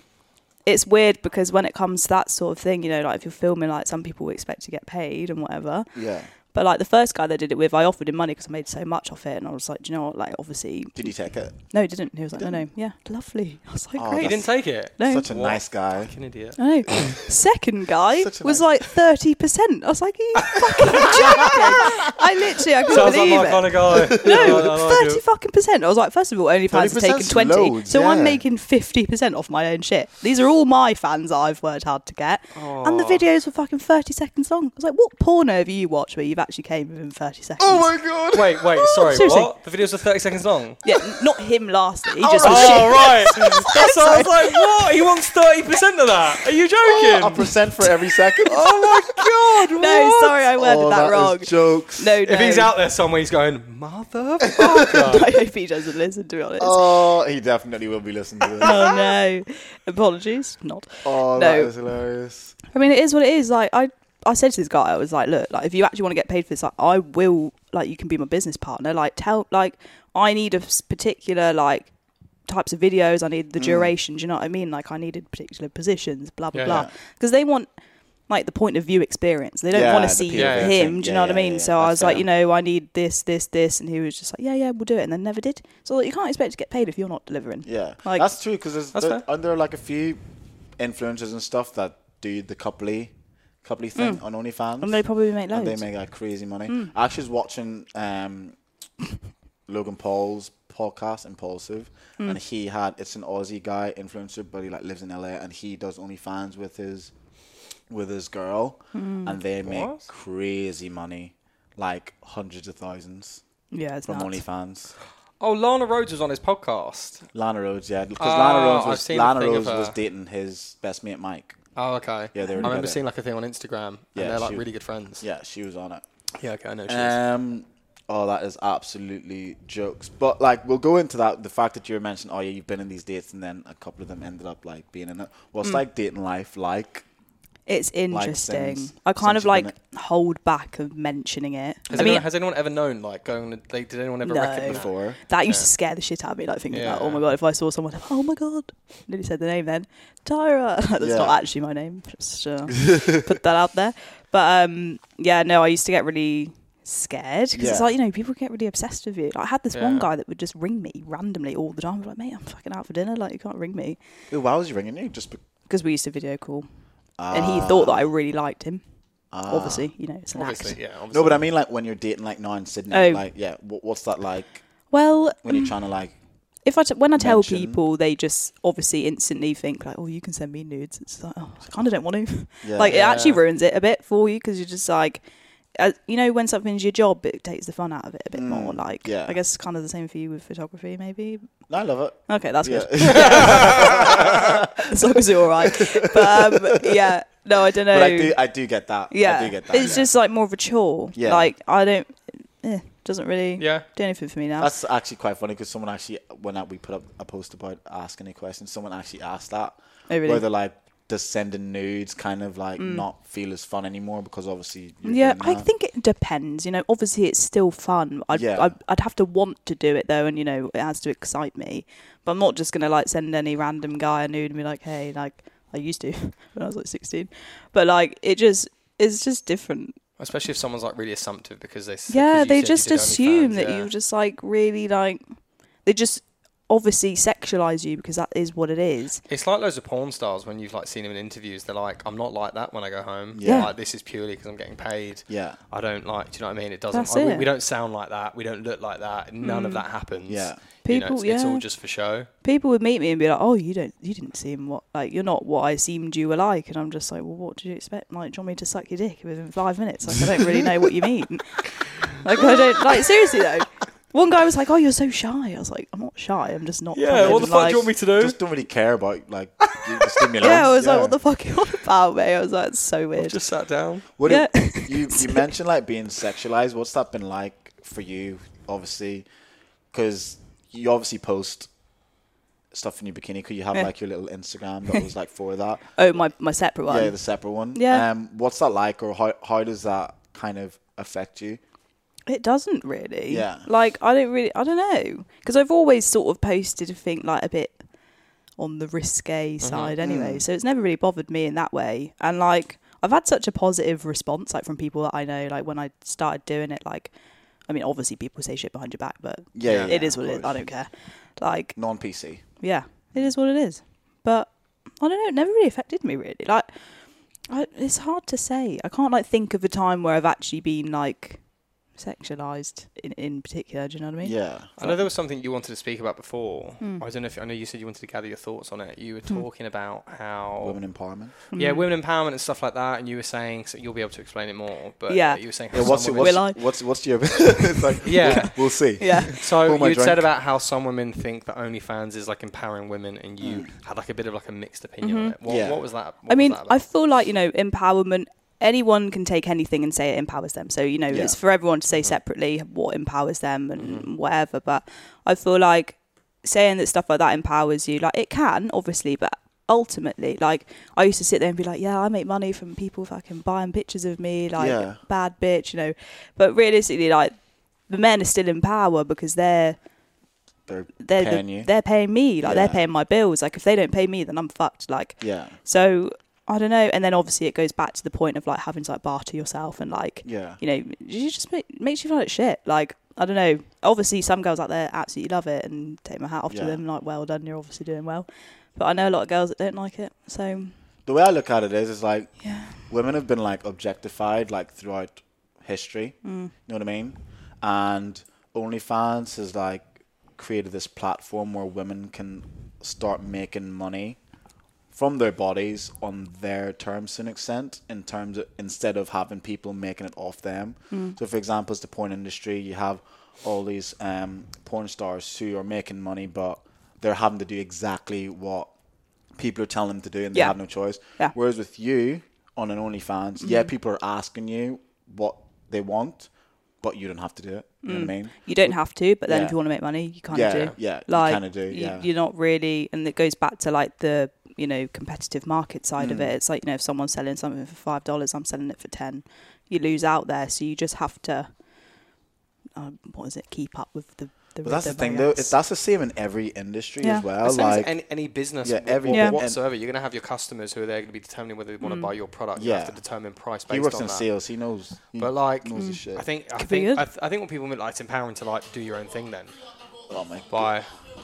Speaker 1: it's weird because when it comes to that sort of thing, you know, like if you're filming, like some people expect to get paid and whatever.
Speaker 3: yeah.
Speaker 1: But like the first guy that I did it with, I offered him money because I made so much off it. And I was like, do you know what? Like, obviously.
Speaker 3: Did he take it?
Speaker 1: No, he didn't. He was like, no, no. Yeah, lovely. I was like,
Speaker 3: Oh,
Speaker 1: great.
Speaker 4: you didn't take it.
Speaker 1: No.
Speaker 3: Such a
Speaker 4: What?
Speaker 3: nice guy.
Speaker 4: Fucking idiot.
Speaker 1: I know. Second guy
Speaker 3: Such a
Speaker 1: was
Speaker 3: nice-
Speaker 1: like thirty percent. I was like, "Are you fucking joking?" I literally, I couldn't
Speaker 4: Sounds like
Speaker 1: believe
Speaker 4: my
Speaker 1: it.
Speaker 4: kind of guy.
Speaker 1: No,
Speaker 4: I- I like
Speaker 1: thirty
Speaker 4: it.
Speaker 1: fucking percent. I was like, first of all, OnlyFans are
Speaker 3: 30%
Speaker 1: taking
Speaker 3: is
Speaker 1: twenty,
Speaker 3: loads,
Speaker 1: so I'm
Speaker 3: yeah.
Speaker 1: making fifty percent off my own shit. These are all my fans that I've worked hard to get, and the videos were fucking thirty seconds long. I was like, what porno have you watched where you've actually came within thirty seconds?
Speaker 3: Oh my god!
Speaker 4: Wait, wait, sorry,
Speaker 1: Seriously.
Speaker 4: what? The videos are 30 seconds long?
Speaker 1: yeah, n- not him. Lastly, he just was shit.
Speaker 4: Oh, right. That's what I was like, what? He wants 30% of that. Are
Speaker 1: Oh,
Speaker 4: you
Speaker 3: A
Speaker 4: joking?
Speaker 3: percent for every second.
Speaker 4: Oh my god,
Speaker 1: No,
Speaker 4: what?
Speaker 1: sorry, I worded
Speaker 3: Oh,
Speaker 1: that,
Speaker 3: is
Speaker 1: wrong.
Speaker 3: jokes.
Speaker 1: no, no.
Speaker 4: If he's out there somewhere, he's going, motherfucker.
Speaker 1: I hope he doesn't listen. To be honest.
Speaker 3: Oh, he definitely will be listening to this.
Speaker 1: oh no apologies not
Speaker 3: Oh, that
Speaker 1: No.
Speaker 3: is hilarious.
Speaker 1: i mean it is what it is like i i said to this guy i was like look like if you actually want to get paid for this like i will like you can be my business partner like tell like i need a s- particular like types of videos i need the
Speaker 3: Mm.
Speaker 1: duration do you know what i mean like i needed particular positions blah blah
Speaker 4: Yeah,
Speaker 1: blah
Speaker 3: yeah.
Speaker 1: because they want like the point of view experience they don't
Speaker 3: Yeah,
Speaker 1: want to
Speaker 3: the
Speaker 1: see
Speaker 3: POV
Speaker 1: him
Speaker 3: thing.
Speaker 1: do you
Speaker 3: Yeah,
Speaker 1: know what i
Speaker 3: yeah,
Speaker 1: mean
Speaker 3: yeah,
Speaker 1: so i
Speaker 3: that's
Speaker 1: was like
Speaker 3: fair.
Speaker 1: you know i need this this this and he was just like yeah yeah we'll do it and then never did so like, you can't expect to get paid if you're not delivering
Speaker 3: Yeah,
Speaker 1: Like-
Speaker 3: that's true because
Speaker 4: That's
Speaker 3: there,
Speaker 4: fair.
Speaker 3: aren't there like a few influencers and stuff that do the coupley, coupley thing on OnlyFans?
Speaker 1: Mm. and they probably make loads Mm.
Speaker 3: and they make like crazy money. I actually was watching um, Logan Paul's podcast, Impulsive,
Speaker 1: Mm.
Speaker 3: and he had it's an Aussie guy influencer, but he like lives in LA, and he does OnlyFans with his with his girl,
Speaker 1: Mm.
Speaker 3: and they make
Speaker 4: What?
Speaker 3: crazy money, like hundreds of thousands
Speaker 1: yeah it's
Speaker 3: from
Speaker 1: nuts.
Speaker 3: OnlyFans.
Speaker 4: oh, Lana Rhodes was on his podcast.
Speaker 3: Lana Rhodes, yeah, because
Speaker 4: Ah,
Speaker 3: Lana Rhodes
Speaker 4: I've
Speaker 3: was
Speaker 4: seen the
Speaker 3: Lana
Speaker 4: thing of
Speaker 3: Rhodes was
Speaker 4: her.
Speaker 3: dating his best mate Mike.
Speaker 4: Oh, okay.
Speaker 3: Yeah, they were
Speaker 4: I remember
Speaker 3: together.
Speaker 4: seeing like a thing on Instagram,
Speaker 3: Yeah,
Speaker 4: and they're like
Speaker 3: she-
Speaker 4: really good friends.
Speaker 3: Yeah, she was on it.
Speaker 4: yeah okay, I know she
Speaker 1: Uh,
Speaker 4: is.
Speaker 3: Um, oh, that is absolutely jokes. But like, we'll go into that. The fact that you were mentioning, oh yeah, you've been in these dates, and then a couple of them ended up like being in it. What's
Speaker 4: Hmm.
Speaker 3: like dating life like?
Speaker 1: It's interesting.
Speaker 3: since-
Speaker 1: I kind
Speaker 3: since
Speaker 1: of
Speaker 3: you've been
Speaker 1: like hold back of mentioning it.
Speaker 4: Has,
Speaker 1: I
Speaker 4: anyone,
Speaker 1: mean,
Speaker 4: has anyone ever known, like, going on a date? Did anyone ever
Speaker 1: No.
Speaker 4: reckon that?
Speaker 3: Before,
Speaker 1: that used to scare the shit out of me. Like thinking about, oh
Speaker 4: Yeah.
Speaker 1: my god, if I saw someone, oh my god, nearly said the name then, Tyra. That's
Speaker 3: Yeah.
Speaker 1: not actually my name. Just uh, put that out there. But um, yeah, no, I used to get really scared because it's
Speaker 3: Yeah.
Speaker 1: like you know people get really obsessed with you. Like, I had this one
Speaker 4: Yeah.
Speaker 1: guy that would just ring me randomly all the time. I'd be like, mate, I'm fucking out for dinner. Like you can't ring me
Speaker 3: Ooh, why was he ringing you? Just be- Ah.
Speaker 1: because we used to video call, and he thought that I really liked him. Obviously, you know, it's an act.
Speaker 4: Ah. Obviously, yeah. Obviously.
Speaker 3: No, but I mean like when you're dating like now in Sydney,
Speaker 1: Oh.
Speaker 3: like yeah, what, what's that like
Speaker 1: Well,
Speaker 3: when you're trying to like?
Speaker 1: if I t- when I tell
Speaker 3: mention.
Speaker 1: people, they just obviously instantly think like, "Oh, you can send me nudes." It's like, "Oh, I kind of don't want to."
Speaker 3: Yeah.
Speaker 1: like, it actually
Speaker 4: Yeah.
Speaker 1: ruins it a bit for you because you're just like, as, you know, when something's your job, it takes the fun out of it a bit more. Like,
Speaker 3: Mm, yeah.
Speaker 1: I guess kind of the same for you with photography, maybe.
Speaker 3: No, I love it.
Speaker 1: Okay, that's
Speaker 3: Yeah.
Speaker 1: good. as long as you're all right. But um, yeah, no, I don't know.
Speaker 3: But I do, I do get that.
Speaker 1: Oh. yeah,
Speaker 3: I do get that.
Speaker 1: it's just like more of a chore.
Speaker 3: Yeah.
Speaker 1: like I don't. Eh, doesn't really
Speaker 4: Yeah.
Speaker 1: do anything for me now.
Speaker 3: That's actually quite funny because someone actually, when that we put up a post about asking a question, someone actually asked that.
Speaker 1: Oh, really? Mm.
Speaker 3: Where they're like, does sending nudes kind of like not feel as fun anymore because obviously. You're
Speaker 1: Yeah,
Speaker 3: doing
Speaker 1: I
Speaker 3: that.
Speaker 1: think it depends. You know, obviously it's still fun. I'd,
Speaker 3: Yeah.
Speaker 1: I'd, I'd have to want to do it though, and you know, it has to excite me. But I'm not just gonna like send any random guy a nude and be like, "Hey, like I used to when I was like 16." But like, it just it's just different.
Speaker 4: Especially if someone's like really assumptive because they. s-
Speaker 1: yeah,
Speaker 4: 'cause you
Speaker 1: they
Speaker 4: said you
Speaker 1: just
Speaker 4: did
Speaker 1: assume
Speaker 4: OnlyFans,
Speaker 1: that
Speaker 4: yeah.
Speaker 1: you just like really like they just obviously sexualize you because that is what it is.
Speaker 4: It's like loads of porn stars when you've like seen them in interviews. They're like, I'm not like that when I go home.
Speaker 1: Yeah.
Speaker 4: Like this is purely because I'm getting paid.
Speaker 3: Yeah.
Speaker 4: I don't like. Do you know what I mean? It doesn't.
Speaker 1: That's
Speaker 4: I- we-
Speaker 1: it. Mm.
Speaker 4: We, don't sound like that. We don't look like that. None of that happens.
Speaker 3: Yeah.
Speaker 4: You know,
Speaker 1: People-
Speaker 4: it's, it's
Speaker 1: yeah.
Speaker 4: all just for show.
Speaker 1: People would meet me and be like, "Oh, you don't, you didn't seem what like you're not what I seemed you were like," and I'm just like, "Well, what did you expect? Like, do you want me to suck your dick within five minutes? Like, I don't really know what you mean. Like, I don't like seriously though." One guy was like, "Oh, you're so shy." I was like, "I'm not shy. I'm just not." kind of, like,
Speaker 4: to do?
Speaker 3: Just don't really care about like. you just give me a
Speaker 1: Yeah, I
Speaker 3: laugh.
Speaker 1: was like, "What the fuck are you on about, mate?" I was like, "It's so weird."
Speaker 4: just sat down.
Speaker 3: What
Speaker 1: Yeah.
Speaker 3: do- you you mentioned like being sexualized. What's that been like for you? Obviously, because you obviously post stuff in your bikini. Could you have
Speaker 1: Yeah.
Speaker 3: like your little Instagram that was like for that?
Speaker 1: oh, my my separate one.
Speaker 3: Yeah, the separate one.
Speaker 1: Yeah.
Speaker 3: Um, what's that like, or how how does that kind of affect you?
Speaker 1: It doesn't really.
Speaker 3: Yeah.
Speaker 1: Like I don't really. I don't know because I've always sort of posted a thing like a bit on the risque
Speaker 3: Mm-hmm.
Speaker 1: side
Speaker 3: Mm.
Speaker 1: anyway, so it's never really bothered me in that way. And like I've had such a positive response like from people that I know. Like when I started doing it, like I mean, obviously people say shit behind your back, but
Speaker 3: Yeah,
Speaker 1: it is
Speaker 3: yeah, of
Speaker 1: what it is. I
Speaker 3: course.
Speaker 1: don't care. Like
Speaker 3: Non PC.
Speaker 1: yeah, it is what it is. But I don't know. It never really affected me really. Like I, it's hard to say. I can't like think of a time where I've actually been like sexualized in in particular. Do you know what I mean?
Speaker 3: Yeah.
Speaker 4: I know there was something you wanted to speak about before.
Speaker 1: Hmm.
Speaker 4: I don't know if I know you said you wanted to gather your thoughts on it. You were talking about how
Speaker 3: Women empowerment.
Speaker 1: Hmm.
Speaker 4: yeah, women empowerment and stuff like that, and you were saying so you'll be able to explain it more. But
Speaker 1: Yeah.
Speaker 4: yeah, you were saying how
Speaker 3: Yeah, what's,
Speaker 4: some
Speaker 3: your-
Speaker 4: women-
Speaker 3: what's,
Speaker 1: Will I?
Speaker 3: what's what's your? it's like,
Speaker 4: Yeah.
Speaker 3: We'll, we'll see.
Speaker 1: Yeah.
Speaker 4: So
Speaker 3: Pour my
Speaker 4: you
Speaker 3: drink.
Speaker 4: said about how some women think that OnlyFans is like empowering women, and you had like a bit of like a mixed opinion on it. What,
Speaker 3: Yeah.
Speaker 4: what was that?
Speaker 1: Mm.
Speaker 4: what
Speaker 1: Mm-hmm. I
Speaker 4: was
Speaker 1: mean,
Speaker 4: that about?
Speaker 1: I feel like you know empowerment. Anyone can take anything and say it empowers them. So you know,
Speaker 3: Yeah. Mm-hmm.
Speaker 1: it's for everyone to say separately what empowers them and whatever. But I feel like saying that stuff like that empowers you. Like it can, obviously, but ultimately, like I used to sit there and be like, "Yeah, I make money from people fucking buying pictures of me, like
Speaker 3: Yeah.
Speaker 1: bad bitch," you know. But realistically, like the men are still in power because they're
Speaker 3: They're
Speaker 1: they're
Speaker 3: paying
Speaker 1: the,
Speaker 3: you.
Speaker 1: they're paying me, like
Speaker 3: Yeah.
Speaker 1: they're paying my bills. Like if they don't pay me, then I'm fucked. Like
Speaker 3: yeah.
Speaker 1: so I don't know. And then obviously it goes back to the point of like having to like barter yourself and like
Speaker 3: Yeah.
Speaker 1: you know you just make, makes you feel like shit. Like I don't know. Obviously some girls out there absolutely love it and take my hat off
Speaker 3: Yeah.
Speaker 1: to them. Like well done, you're obviously doing well. But I know a lot of girls that don't like it. So
Speaker 3: The way I look at it is, is like
Speaker 1: yeah,
Speaker 3: women have been like objectified like throughout history.
Speaker 1: Mm.
Speaker 3: You know what I mean? And OnlyFans has like created this platform where women can start making money from their bodies on their terms to an extent in terms of, instead of having people making it off them.
Speaker 1: Mm.
Speaker 3: So for example, it's the porn industry, you have all these um, porn stars who are making money but they're having to do exactly what people are telling them to do and they
Speaker 1: Yeah.
Speaker 3: have no choice.
Speaker 1: Yeah. Mm-hmm.
Speaker 3: Whereas with you on an OnlyFans, yeah, people are asking you what they want, but you don't have to do it. You know
Speaker 1: Mm.
Speaker 3: what I mean?
Speaker 1: you don't have to, but then
Speaker 3: Yeah.
Speaker 1: if you want to make money, you kind
Speaker 3: Yeah,
Speaker 1: of do.
Speaker 3: yeah, you
Speaker 1: like
Speaker 3: kinda do, yeah.
Speaker 1: are not really, and it goes back to like the you know competitive market side
Speaker 3: Mm.
Speaker 1: of it. It's like you know if someone's selling something for five dollars, I'm selling it for ten. You lose out there, so you just have to. Um, what is it? Keep up with the. the
Speaker 3: But that's the
Speaker 1: rhythm, I
Speaker 3: thing though,
Speaker 1: guess.
Speaker 3: it's, that's the same in every industry
Speaker 1: Yeah.
Speaker 3: as
Speaker 4: The
Speaker 3: well.
Speaker 4: same as
Speaker 3: Like
Speaker 4: any, any business
Speaker 3: Yeah,
Speaker 4: yeah,
Speaker 3: every-
Speaker 1: Yeah. Mm.
Speaker 4: whatsoever, you're going to have your customers who are there going to be determining whether they want to buy your product. You
Speaker 3: Yeah.
Speaker 4: have to determine price based
Speaker 3: he works
Speaker 4: on
Speaker 3: in
Speaker 4: that.
Speaker 3: sales, he knows he
Speaker 4: But like,
Speaker 3: knows
Speaker 1: Mm.
Speaker 3: his shit.
Speaker 4: I think I
Speaker 1: Could be
Speaker 4: think
Speaker 1: good.
Speaker 4: I, th- I think what people mean like it's empowering to like do your own thing then
Speaker 3: Oh my-
Speaker 4: by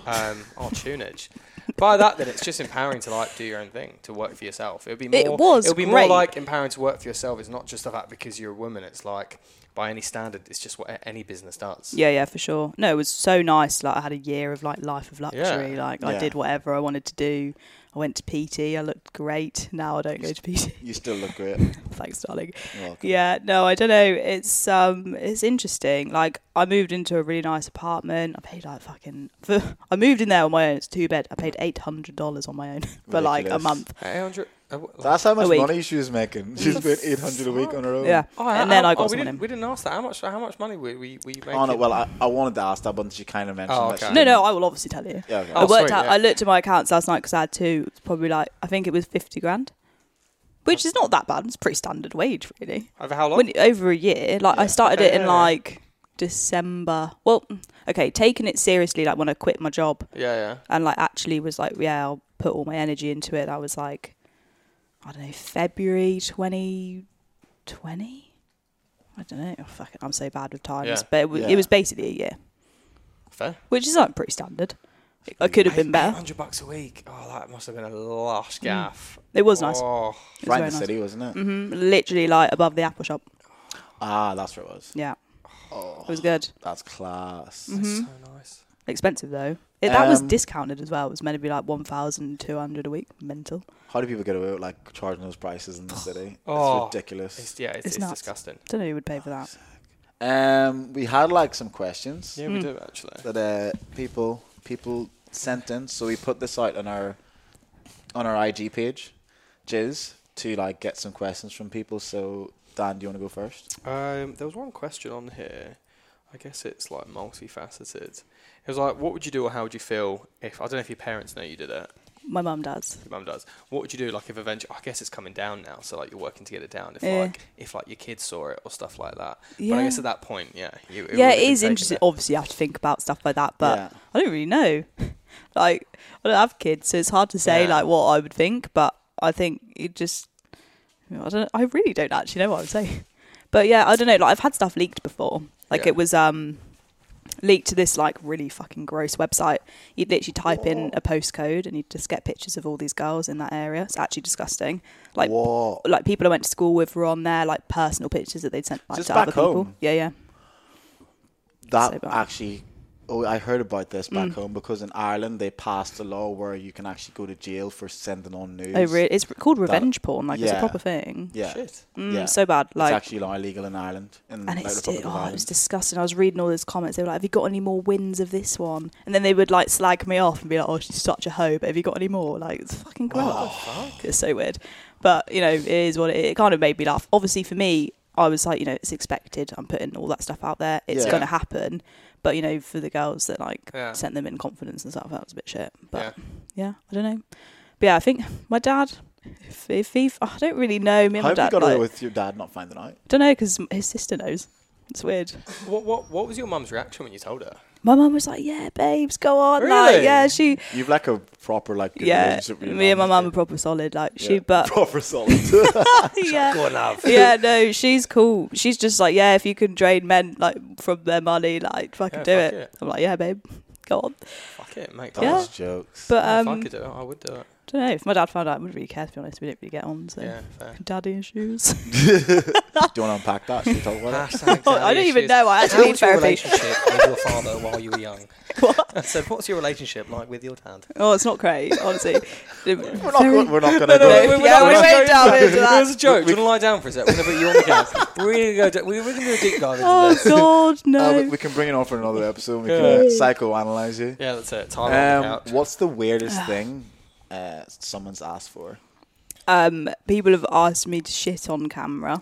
Speaker 4: um, our tunage. by that, then it's just empowering to like do your own thing, to work for yourself. It'd be more.
Speaker 1: It was
Speaker 4: It'd be
Speaker 1: great.
Speaker 4: more like empowering to work for yourself. It's not just the fact because you're a woman. It's like by any standard, it's just what a- any business does.
Speaker 1: Yeah, yeah, for sure. No, it was so nice. Like I had a year of like life of luxury.
Speaker 4: Yeah.
Speaker 1: Like
Speaker 3: Yeah.
Speaker 1: I did whatever I wanted to do. I went to PT. I looked great. Now I don't go to PT.
Speaker 3: You still look great.
Speaker 1: Thanks, darling.
Speaker 3: You're welcome.
Speaker 1: Yeah, no, I don't know. It's um, it's interesting. Like I moved into a really nice apartment. I paid like fucking. For, I moved in there on my own. It's two bed. I paid eight hundred dollars on my own for like a
Speaker 3: Ridiculous.
Speaker 1: month.
Speaker 4: Hey, Andrew, uh, what-
Speaker 3: That's how much
Speaker 1: week.
Speaker 3: money she was making. She was paying eight hundred a week on her own.
Speaker 1: Yeah,
Speaker 4: Oh,
Speaker 1: and then I got
Speaker 4: we
Speaker 1: someone
Speaker 4: didn't,
Speaker 1: in.
Speaker 4: we didn't ask that. How much? How much money were, were you, were you making?
Speaker 3: Oh no, well I, I wanted to ask that but she kinda mentioned
Speaker 4: Oh,
Speaker 3: that
Speaker 4: okay.
Speaker 3: she
Speaker 1: No, no, I will obviously tell you.
Speaker 3: Yeah, okay.
Speaker 1: I
Speaker 4: Oh,
Speaker 1: worked
Speaker 4: sweet,
Speaker 1: out.
Speaker 4: yeah.
Speaker 1: I looked at my accounts last night because I had two. It's probably like I think it was fifty grand, which is not that bad. It's pretty standard wage, really.
Speaker 4: Over how long?
Speaker 1: When over a year, like I started
Speaker 4: Okay,
Speaker 1: it in
Speaker 4: yeah, yeah.
Speaker 1: like December. Well, okay, taking it seriously, like when I quit my job
Speaker 4: yeah, yeah.
Speaker 1: and like actually was like, yeah, I'll put all my energy into it. I was like, I don't know, February twenty twenty. I don't know. Oh, fuck it. I'm so bad with times,
Speaker 4: Yeah.
Speaker 1: but it was,
Speaker 3: Yeah.
Speaker 1: it was basically a year,
Speaker 4: Fair.
Speaker 1: which is like pretty standard. I could have been better.
Speaker 4: Hundred bucks a week. Oh, that must have been a lush gaff.
Speaker 1: Mm. It was nice.
Speaker 4: Oh,
Speaker 1: It was
Speaker 3: right in
Speaker 1: very
Speaker 3: the
Speaker 1: nice.
Speaker 3: city, wasn't it?
Speaker 1: Mm, literally like above the apple shop.
Speaker 3: Ah, that's where it was.
Speaker 1: Yeah,
Speaker 3: Oh
Speaker 1: it was good.
Speaker 3: that's class.
Speaker 1: Mm-hmm.
Speaker 4: that's so nice.
Speaker 1: Expensive though. It, that was
Speaker 3: Um,
Speaker 1: discounted as well. It was meant to be like one thousand two hundred a week. Mental.
Speaker 3: How do people get away with like charging those prices in the city?
Speaker 4: Oh.
Speaker 3: It's ridiculous.
Speaker 4: It's, yeah,
Speaker 1: It's
Speaker 4: it's, it's,
Speaker 1: nuts.
Speaker 4: disgusting.
Speaker 1: don't know who would pay for that.
Speaker 3: Um we had like some questions
Speaker 4: Yeah,
Speaker 1: Mm.
Speaker 4: we do actually.
Speaker 3: that uh people people sent in, so we put this out on our on our IG page, Jizz, to like get some questions from people. So Dan, do you wanna go first?
Speaker 4: Um, there was one question on here. I guess it's like multifaceted. It was like, what would you do or how would you feel if I don't know if your parents know you did it.
Speaker 1: My mum does.
Speaker 4: Your mum does. What would you do like if eventually? I guess it's coming down now, so like you're working to get it down. If
Speaker 1: Yeah.
Speaker 4: like if like your kids saw it or stuff like that. But I guess
Speaker 1: Yeah.
Speaker 4: at that point, yeah, you, it
Speaker 1: yeah,
Speaker 4: would've
Speaker 1: it
Speaker 4: been
Speaker 1: is
Speaker 4: taken
Speaker 1: interesting.
Speaker 4: there.
Speaker 1: Obviously, you have to think about stuff like that, but
Speaker 3: Yeah.
Speaker 1: I don't really know. like, I don't have kids, so it's hard to say
Speaker 4: Yeah.
Speaker 1: like what I would think. But I think it just, I don't. I really don't actually know what I would say. But yeah, I don't know. Like, I've had stuff leaked before. Like,
Speaker 4: Yeah.
Speaker 1: it was um leaked to this like really fucking gross website. You'd literally type in a postcode and you'd just get pictures of all these girls in that area. It's actually disgusting. Like,
Speaker 3: What?
Speaker 1: like people I went to school with were on there. Like personal pictures that they'd sent like,
Speaker 3: Just
Speaker 1: to
Speaker 3: back
Speaker 1: other people.
Speaker 3: home?
Speaker 1: Yeah, yeah.
Speaker 3: That
Speaker 1: So bad.
Speaker 3: actually, oh, I heard about this
Speaker 1: Mm.
Speaker 3: back home because in Ireland they passed a law where you can actually go to jail for sending on news.
Speaker 1: Oh, really? It's called revenge porn. Like it's a
Speaker 3: yeah.
Speaker 1: proper thing.
Speaker 3: Yeah,
Speaker 4: Shit.
Speaker 1: Mm,
Speaker 3: yeah.
Speaker 1: So bad. Like,
Speaker 3: it's actually now illegal in Ireland. In
Speaker 1: and
Speaker 3: like,
Speaker 1: it's
Speaker 3: Republic of
Speaker 1: oh, it was
Speaker 3: Ireland.
Speaker 1: disgusting. I was reading all those comments. They were like, "Have you got any more wins of this one?" And then they would like slag me off and be like, "Oh, she's such a hoe." But have you got any more? Like, it's fucking gross. It's so weird. But you know, it is what it, it kind of made me laugh. Obviously, for me, I was like, you know, it's expected. I'm putting all that stuff out there. It's
Speaker 3: Yeah.
Speaker 1: gonna happen. But you know, for the girls that like
Speaker 4: Yeah.
Speaker 1: sent them in confidence and stuff, that was a bit shit. But
Speaker 4: Yeah.
Speaker 1: yeah, I don't know. But yeah, I think my dad, if, if he, I don't really know. Me and
Speaker 3: How
Speaker 1: my
Speaker 3: have you
Speaker 1: dad,
Speaker 3: got
Speaker 1: like,
Speaker 3: away with your dad not finding out?
Speaker 1: don't know because his sister knows. It's weird.
Speaker 4: What what what was your mum's reaction when you told her?
Speaker 1: My mum was like, "Yeah, babes, go on." Like,
Speaker 4: Really?
Speaker 1: yeah, she,
Speaker 3: You've like a proper like good
Speaker 1: yeah,
Speaker 3: relationship with your
Speaker 1: me and my
Speaker 3: isn't
Speaker 1: mum are
Speaker 3: it?
Speaker 1: proper solid. Like she,
Speaker 3: Yeah.
Speaker 1: but
Speaker 3: proper solid.
Speaker 1: yeah,
Speaker 4: on, love.
Speaker 1: yeah, no, she's cool. She's just like, yeah, if you can drain men like from their money, like fucking
Speaker 4: Yeah,
Speaker 1: do it.
Speaker 4: fuck it.
Speaker 1: I'm like, yeah, babe, go on.
Speaker 4: Fuck it, mate.
Speaker 3: that
Speaker 1: Yeah.
Speaker 3: was jokes.
Speaker 1: But um,
Speaker 4: If I could do it, I would do it.
Speaker 1: don't know if my dad found out, I wouldn't really care. To be honest, we didn't really get on. So,
Speaker 4: Yeah, fair.
Speaker 1: daddy issues.
Speaker 3: do you want to unpack that? Should we talk about it?
Speaker 4: Hashtag
Speaker 1: I don't
Speaker 4: daddy
Speaker 1: even
Speaker 4: issues.
Speaker 1: know. I
Speaker 4: How
Speaker 1: actually need
Speaker 4: was your
Speaker 1: therapy.
Speaker 4: relationship with your father while you were young?
Speaker 1: What?
Speaker 4: I said, what's your relationship like with your dad?
Speaker 1: Oh, it's not great, honestly. we're
Speaker 3: We're not, go- we're not going to
Speaker 1: no,
Speaker 3: go.
Speaker 1: no, yeah, we went down into
Speaker 4: It was
Speaker 1: that.
Speaker 4: a joke. Do you want to lie down for a sec? We're going to put you on the couch. We're going to go. do- We're going to do a deep dive into
Speaker 1: Oh
Speaker 4: this.
Speaker 1: God,
Speaker 3: Uh, we-
Speaker 1: no.
Speaker 3: we can bring it on for another episode. and We
Speaker 4: Yeah.
Speaker 3: can uh, psychoanalyze you.
Speaker 4: Yeah, that's it. Time on
Speaker 3: Um,
Speaker 4: the couch.
Speaker 3: what's the weirdest thing uh, someone's asked for?
Speaker 1: Um, people have asked me to shit on camera.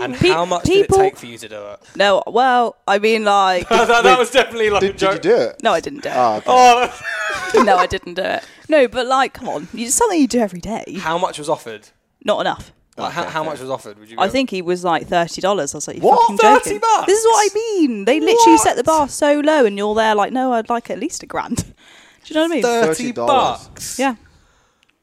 Speaker 4: and
Speaker 1: pe-
Speaker 4: how much
Speaker 1: people-
Speaker 4: did it take for you to do it?
Speaker 1: No, well, I mean, like,
Speaker 4: that, that was definitely like
Speaker 3: Did,
Speaker 4: a
Speaker 3: did
Speaker 4: joke.
Speaker 3: you do it?
Speaker 1: no, I didn't do it.
Speaker 3: Oh, okay.
Speaker 4: Oh,
Speaker 1: No, I didn't do it. No, but like, come on, it's something you do every day.
Speaker 4: how much was offered?
Speaker 1: Not enough.
Speaker 4: Like, how,
Speaker 3: Okay,
Speaker 4: how
Speaker 3: fair.
Speaker 4: much was offered? Would you?
Speaker 1: I
Speaker 4: go-
Speaker 1: think he was like thirty dollars. I was like, you
Speaker 3: What?
Speaker 1: fucking joking.
Speaker 4: 30 bucks?
Speaker 1: This is what I mean. They literally
Speaker 4: What?
Speaker 1: set the bar so low, and you're there like, no, I'd like at least a grand. Do you know what I mean?
Speaker 4: thirty
Speaker 3: $30.
Speaker 4: bucks.
Speaker 1: yeah,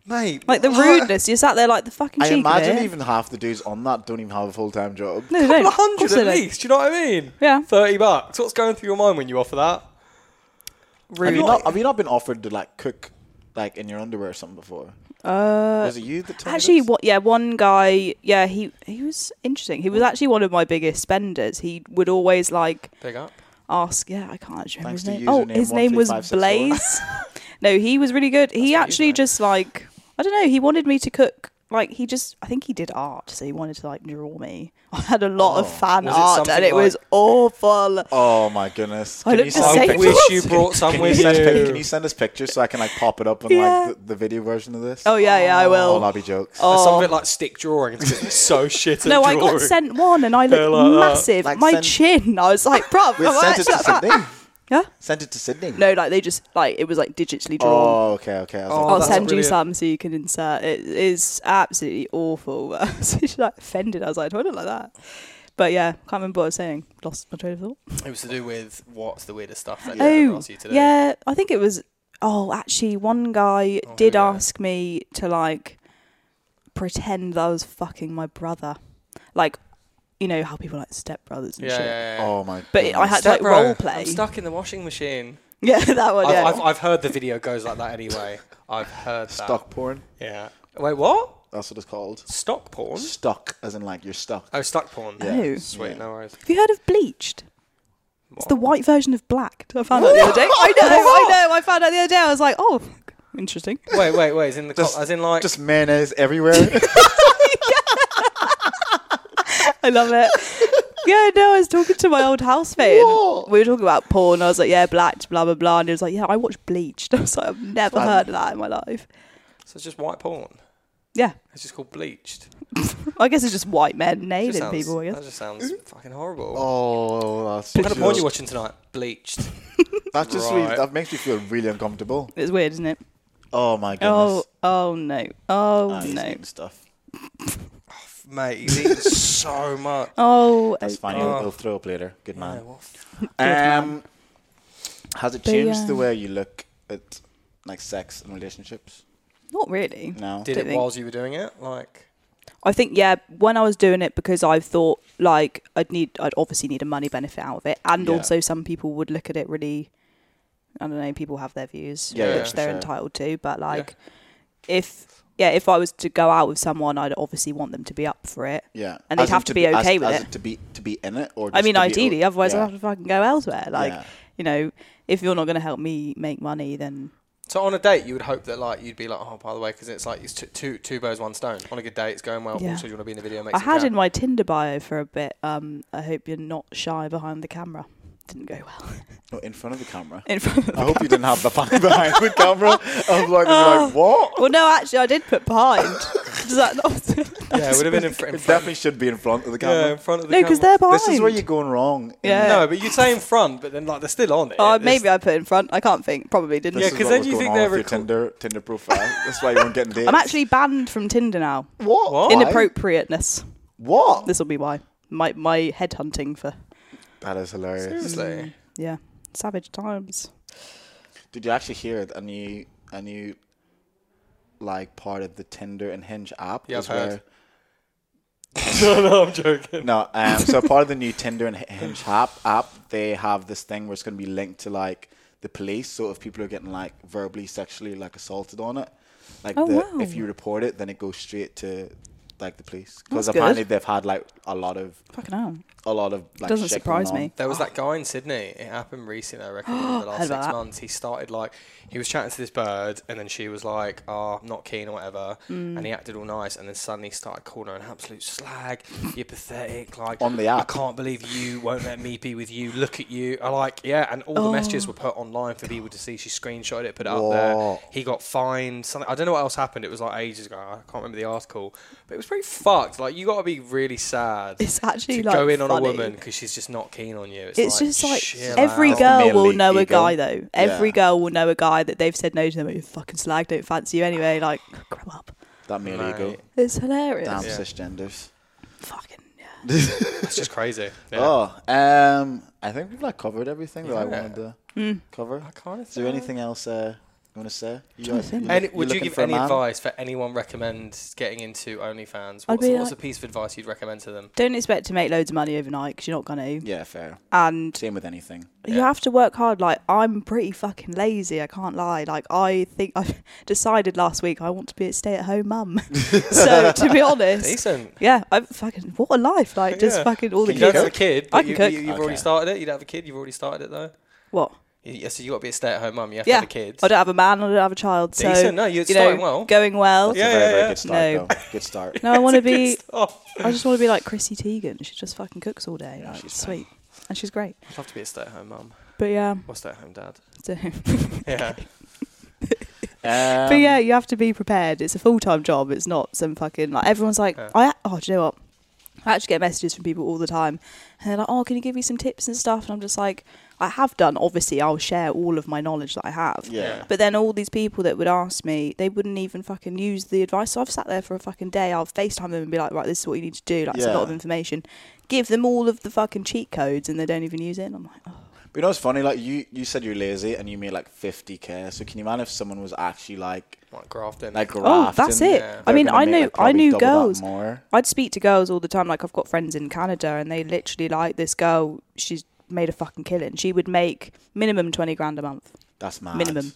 Speaker 4: mate.
Speaker 1: like the rudeness. You're sat there like the fucking.
Speaker 3: I
Speaker 1: cheek of
Speaker 3: imagine
Speaker 1: it.
Speaker 3: even half the dudes on that don't even have a full time job.
Speaker 1: No, they
Speaker 4: couple
Speaker 1: don't.
Speaker 4: of hundred
Speaker 1: Also
Speaker 4: at
Speaker 1: don't.
Speaker 4: least. Do you know what I mean?
Speaker 1: Yeah.
Speaker 4: Thirty bucks. What's going through your mind when you offer that?
Speaker 3: Have
Speaker 1: rude.
Speaker 3: you, not, have you not been offered to like cook like in your underwear or something before? Uh, was it you that told me
Speaker 1: Actually,
Speaker 3: this?
Speaker 1: what? Yeah, one guy. Yeah, he he was interesting. He
Speaker 3: Oh.
Speaker 1: was actually one of my biggest spenders. He would always like
Speaker 4: Big up.
Speaker 1: ask. Yeah, I can't actually remember
Speaker 3: Thanks
Speaker 1: his name.
Speaker 3: to
Speaker 1: Oh,
Speaker 3: username
Speaker 1: his name was
Speaker 3: 13564.
Speaker 1: Blaze. no, he was really good. he
Speaker 3: That's
Speaker 1: actually
Speaker 3: username.
Speaker 1: just like I don't know. He wanted me to cook. Like he just, I think he did art, so he wanted to like draw me. I had a lot
Speaker 3: Oh.
Speaker 1: of fan
Speaker 4: Was it
Speaker 1: art,
Speaker 4: something
Speaker 1: and it was
Speaker 4: like-
Speaker 1: awful.
Speaker 3: Oh my goodness!
Speaker 1: I
Speaker 3: Can
Speaker 1: look
Speaker 3: you
Speaker 1: the
Speaker 3: send
Speaker 1: same
Speaker 4: I
Speaker 1: Save
Speaker 4: wish
Speaker 1: us.
Speaker 4: you brought some
Speaker 3: Can you,
Speaker 4: with
Speaker 3: send, pic- can
Speaker 4: you.
Speaker 3: you send us pictures so I can like pop it up on
Speaker 1: Yeah.
Speaker 3: like the, the video version of this?
Speaker 1: Oh yeah, yeah, I
Speaker 3: Oh,
Speaker 1: will.
Speaker 3: lobby jokes.
Speaker 4: There's Some of it like stick drawings 'cause it's so shit. At
Speaker 1: Oh. No, I
Speaker 4: drawing.
Speaker 1: got sent one, and I
Speaker 4: They're
Speaker 1: looked
Speaker 4: like that.
Speaker 1: massive.
Speaker 3: Like
Speaker 1: My
Speaker 3: send-
Speaker 1: chin, I was like, bruv,
Speaker 3: we
Speaker 1: am I
Speaker 3: sent it to
Speaker 1: actually that fat?"
Speaker 3: Sydney.
Speaker 1: Yeah.
Speaker 3: Sent it to Sydney.
Speaker 1: No, like they just like it was like digitally drawn.
Speaker 3: Oh, okay, okay. I was
Speaker 4: Oh,
Speaker 3: like,
Speaker 1: I'll
Speaker 4: that's
Speaker 1: send you
Speaker 4: brilliant.
Speaker 1: some so you can insert. It is absolutely awful. I was just, like offended. I was like, I don't like that. But yeah, can't remember what I was saying. Lost my train of thought.
Speaker 4: It was to do with what's the weirdest stuff that you
Speaker 1: Oh,
Speaker 4: asked you today.
Speaker 1: yeah. I think it was. Oh, actually, one guy
Speaker 4: Oh,
Speaker 1: did
Speaker 4: yeah.
Speaker 1: ask me to like pretend that I was fucking my brother. Like, you know how people are, like stepbrothers and
Speaker 4: Yeah, yeah,
Speaker 1: shit.
Speaker 4: yeah, yeah.
Speaker 3: oh my.
Speaker 1: But it- I had to like
Speaker 4: Stepbro,
Speaker 1: role play.
Speaker 4: I'm stuck in the washing machine.
Speaker 1: Yeah, that one.
Speaker 4: I've,
Speaker 1: Yeah.
Speaker 4: I've, I've heard the video goes like that anyway. I've heard that.
Speaker 3: stock porn.
Speaker 4: Yeah. Wait, what?
Speaker 3: That's what it's called.
Speaker 4: Stock porn?
Speaker 3: Stuck, as in like you're stuck.
Speaker 4: Oh, stock porn.
Speaker 1: Yeah. Oh.
Speaker 4: Sweet,
Speaker 3: Yeah.
Speaker 4: no worries.
Speaker 1: Have you heard of bleached? It's the
Speaker 4: What?
Speaker 1: white version of blacked. I found out the other day. I know, I know. I found out the other day. I was like, oh, fuck. interesting.
Speaker 4: Wait, wait, wait. Is in the
Speaker 3: Just-
Speaker 4: co- as in like
Speaker 3: Just mayonnaise everywhere.
Speaker 1: I love it. Yeah, no, I was talking to my old housemate. and
Speaker 3: What?
Speaker 1: we were talking about porn. I was like, yeah, blacked, blah, blah, blah. And he was like, yeah, I watched Bleached. I was like, I've never
Speaker 3: Fun.
Speaker 1: heard of that in my life.
Speaker 4: so it's just white porn.
Speaker 1: Yeah.
Speaker 4: It's just called bleached.
Speaker 1: I guess it's just white men
Speaker 4: It
Speaker 1: nailing
Speaker 4: just sounds,
Speaker 1: people, I guess. Mm-hmm.
Speaker 4: That just sounds fucking horrible.
Speaker 3: oh, that's
Speaker 4: what kind of porn you
Speaker 3: just-
Speaker 4: watching tonight? Bleached.
Speaker 3: That just really,
Speaker 4: Right.
Speaker 3: that makes me feel really uncomfortable.
Speaker 1: It's weird, isn't it?
Speaker 3: Oh my
Speaker 1: Oh,
Speaker 3: goodness.
Speaker 1: oh, no. Oh,
Speaker 3: Ah, he's
Speaker 1: no.
Speaker 3: eating stuff.
Speaker 4: Mate, he's eating so much.
Speaker 1: Oh,
Speaker 3: That's
Speaker 1: oh,
Speaker 3: fine. He'll,
Speaker 4: Oh.
Speaker 3: he'll throw up later. Good
Speaker 4: Yeah,
Speaker 3: man.
Speaker 4: what f-
Speaker 3: Um, has it
Speaker 1: But,
Speaker 3: changed the
Speaker 1: yeah.
Speaker 3: way you look at like sex and relationships?
Speaker 1: not really.
Speaker 3: No.
Speaker 4: Did
Speaker 1: Don't
Speaker 4: it
Speaker 1: think-
Speaker 4: whilst you were doing it? Like,
Speaker 1: I think yeah, when I was doing it because I thought like I'd need I'd obviously need a money benefit out of it and
Speaker 3: Yeah.
Speaker 1: also some people would look at it really I don't know, people have their views
Speaker 3: Yeah,
Speaker 4: yeah,
Speaker 1: which
Speaker 4: for
Speaker 1: they're
Speaker 3: sure.
Speaker 1: entitled to, but like if yeah, if I was to go out with someone I'd obviously want them to be up for it.
Speaker 3: Yeah.
Speaker 1: And they'd
Speaker 3: As in
Speaker 1: have to be okay
Speaker 3: as-
Speaker 1: with
Speaker 3: as
Speaker 1: it.
Speaker 3: To be to be in it, or
Speaker 1: I
Speaker 3: just
Speaker 1: mean
Speaker 3: to be
Speaker 1: ideally,
Speaker 3: o-
Speaker 1: otherwise
Speaker 3: yeah.
Speaker 1: I'd have to fucking go elsewhere. Like,
Speaker 3: Yeah.
Speaker 1: you know, if you're not gonna help me make money then
Speaker 4: so on a date, you would hope that like you'd be like, oh, by the way, because it's like it's two, two two birds, one stone. On a good date, it's going well.
Speaker 1: Yeah.
Speaker 4: Also, you want to be in the video. Make
Speaker 1: I
Speaker 4: some
Speaker 1: had
Speaker 4: cash.
Speaker 1: in my Tinder bio for a bit, um, I hope you're not shy behind the camera. Didn't go well.
Speaker 3: No, in front of the camera.
Speaker 1: In front of
Speaker 3: I hope you didn't have the fucking behind the camera. I'm like,
Speaker 1: Oh.
Speaker 3: like what?
Speaker 1: Well, no, actually, I did put behind. Does that not?
Speaker 4: yeah, it would have been in, fr- in
Speaker 3: It
Speaker 4: front.
Speaker 3: definitely should be in front of the
Speaker 4: Yeah, in
Speaker 3: camera.
Speaker 4: front of the
Speaker 1: no, because they're
Speaker 4: camera.
Speaker 1: behind.
Speaker 3: This is where you're going wrong. in-
Speaker 1: Yeah.
Speaker 4: No, but you'd say in front, but then like they're still on it.
Speaker 1: Oh,
Speaker 4: It's-
Speaker 1: maybe I put in front. I can't think. Probably didn't.
Speaker 3: This
Speaker 4: Yeah,
Speaker 3: is
Speaker 4: 'cause
Speaker 3: what
Speaker 4: then
Speaker 3: was
Speaker 4: you
Speaker 3: going
Speaker 4: think
Speaker 3: on
Speaker 4: they're
Speaker 3: with your
Speaker 4: reco-
Speaker 3: Tinder Tinder profile. That's why you weren't getting dates.
Speaker 1: I'm actually banned from Tinder now.
Speaker 3: what?
Speaker 4: What?
Speaker 3: Why?
Speaker 1: Inappropriateness.
Speaker 3: What?
Speaker 1: This will be why. My my headhunting for
Speaker 3: That is hilarious.
Speaker 4: Seriously.
Speaker 1: yeah savage times.
Speaker 3: Did you actually hear it? A new, a new, like part of the Tinder and Hinge app.
Speaker 4: Yeah,
Speaker 3: is
Speaker 4: I've heard.
Speaker 3: where-
Speaker 4: no, no, I'm joking.
Speaker 3: No, um, so part of the new Tinder and H- Hinge app, app, they have this thing where it's going to be linked to like the police. So if people are getting like verbally, sexually like assaulted on it, like
Speaker 1: Oh,
Speaker 3: the,
Speaker 1: wow.
Speaker 3: if you report it, then it goes straight to like the police because
Speaker 1: That's good.
Speaker 3: apparently they've had like a lot of
Speaker 1: Fucking hell.
Speaker 3: a lot of like
Speaker 1: Doesn't
Speaker 3: shit
Speaker 1: surprise
Speaker 3: going on.
Speaker 1: me.
Speaker 4: There was that
Speaker 3: Oh.
Speaker 4: guy in Sydney. It happened recently, I reckon, in
Speaker 1: Heard
Speaker 4: the last
Speaker 1: about
Speaker 4: six
Speaker 1: that.
Speaker 4: months. He started like he was chatting to this bird, and then she was like, "Ah, I'm not keen or whatever,"
Speaker 3: Mm.
Speaker 4: and he acted all nice, and then suddenly he started calling her an absolute slag. You're pathetic. Like
Speaker 3: On the
Speaker 4: I
Speaker 3: app.
Speaker 4: can't believe you won't let me be with you. Look at you. I like yeah, and all
Speaker 3: Oh.
Speaker 4: the messages were put online for people to see. She screenshotted it, put it up there.
Speaker 3: Whoa.
Speaker 4: He got fined. Something I don't know what else happened. It was like ages ago. I can't remember the article, but it was pretty fucked. Like you got to be really sad
Speaker 1: It's actually
Speaker 4: to
Speaker 1: like
Speaker 4: go in
Speaker 1: funny.
Speaker 4: on a woman because she's just not keen on you. It's,
Speaker 1: It's
Speaker 4: like,
Speaker 1: just like
Speaker 4: chill
Speaker 1: every
Speaker 4: out.
Speaker 1: girl will
Speaker 3: Mainly
Speaker 1: know a
Speaker 3: ego.
Speaker 1: guy though. Every
Speaker 3: Yeah.
Speaker 1: girl will know a guy that they've said no to them. You fucking slag, don't fancy you anyway. Like, grow up.
Speaker 3: That male
Speaker 4: Mate.
Speaker 3: ego.
Speaker 1: It's hilarious.
Speaker 3: Damn
Speaker 4: Yeah.
Speaker 3: cisgenders.
Speaker 1: Fucking yeah.
Speaker 4: It's just crazy. Yeah.
Speaker 3: Oh, um, I think we've like covered everything that I
Speaker 4: Yeah.
Speaker 1: Mm.
Speaker 3: wanted to cover.
Speaker 4: I kind of
Speaker 3: Is there anything else? Uh, want to say?
Speaker 1: trying to think.
Speaker 4: Any, would you
Speaker 3: looking
Speaker 4: give
Speaker 3: for a
Speaker 4: any
Speaker 3: man?
Speaker 4: advice for anyone recommend getting into OnlyFans?
Speaker 1: I'd
Speaker 4: What's,
Speaker 1: be like-
Speaker 4: what's a piece of advice you'd recommend to them?
Speaker 1: Don't expect to make loads of money overnight because you're not going to.
Speaker 3: Yeah, fair.
Speaker 1: And
Speaker 3: Same with anything.
Speaker 1: you have to work hard. Like I'm pretty fucking lazy. I can't lie. Like I think I decided last week I want to be a stay-at-home mum. so to be honest,
Speaker 4: Decent.
Speaker 1: yeah, I fucking what a life. Like just
Speaker 4: Yeah.
Speaker 1: fucking all the
Speaker 4: You don't have a
Speaker 1: kids.
Speaker 4: kid.
Speaker 1: I
Speaker 4: But
Speaker 1: can
Speaker 4: you,
Speaker 1: cook.
Speaker 4: You, have already
Speaker 3: Okay.
Speaker 4: started it. You'd have a kid. You've already started it though.
Speaker 1: What?
Speaker 4: Yeah, so you got to be a stay-at-home mum. You have to
Speaker 1: Yeah,
Speaker 4: have a kid.
Speaker 1: I don't have a man. I don't have a child. So
Speaker 4: Decent. No, you're
Speaker 1: you know,
Speaker 4: starting well.
Speaker 1: going well.
Speaker 3: That's
Speaker 4: Yeah,
Speaker 3: a very,
Speaker 4: yeah,
Speaker 3: very
Speaker 4: yeah.
Speaker 3: good start,
Speaker 1: No.
Speaker 3: though. Good start.
Speaker 1: No, I want to be.
Speaker 4: Oh,
Speaker 1: I just want to be like Chrissy Teigen. She just fucking cooks all day.
Speaker 3: Yeah,
Speaker 1: like,
Speaker 3: she's
Speaker 1: sweet, and she's great.
Speaker 4: I'd love to be a stay-at-home mum
Speaker 1: But yeah,
Speaker 4: or stay-at-home dad.
Speaker 1: so-
Speaker 4: Yeah.
Speaker 3: Um,
Speaker 1: but yeah, you have to be prepared. It's a full time job. It's not some fucking like everyone's like.
Speaker 4: Yeah.
Speaker 1: I oh, do you know what? I actually get messages from people all the time, and they're like, "Oh, can you give me some tips and stuff?" And I'm just like, "I have done. Obviously, I'll share all of my knowledge that I have."
Speaker 3: Yeah.
Speaker 1: But then all these people that would ask me, they wouldn't even fucking use the advice. So I've sat there for a fucking day. I'll FaceTime them and be like, right, this is what you need to do. Like, it's a lot
Speaker 3: Yeah.
Speaker 1: of information. Give them all of the fucking cheat codes and they don't even use it. And I'm like, oh.
Speaker 3: But you know what's funny? Like you, you said you're lazy and you made like 50k. So can you imagine if someone was actually like
Speaker 4: Like grafting.
Speaker 3: like
Speaker 1: oh,
Speaker 3: grafting?
Speaker 1: that's it.
Speaker 4: Yeah.
Speaker 1: I
Speaker 3: They're
Speaker 1: mean,
Speaker 3: gonna
Speaker 1: I
Speaker 3: make,
Speaker 1: knew,
Speaker 3: like,
Speaker 1: I
Speaker 3: probably
Speaker 1: knew
Speaker 3: double that
Speaker 1: girls.
Speaker 3: more.
Speaker 1: I'd speak to girls all the time. Like I've got friends in Canada, and they literally like this girl. She's made a fucking killing. She would make minimum twenty grand a month.
Speaker 3: That's mad.
Speaker 1: Minimum.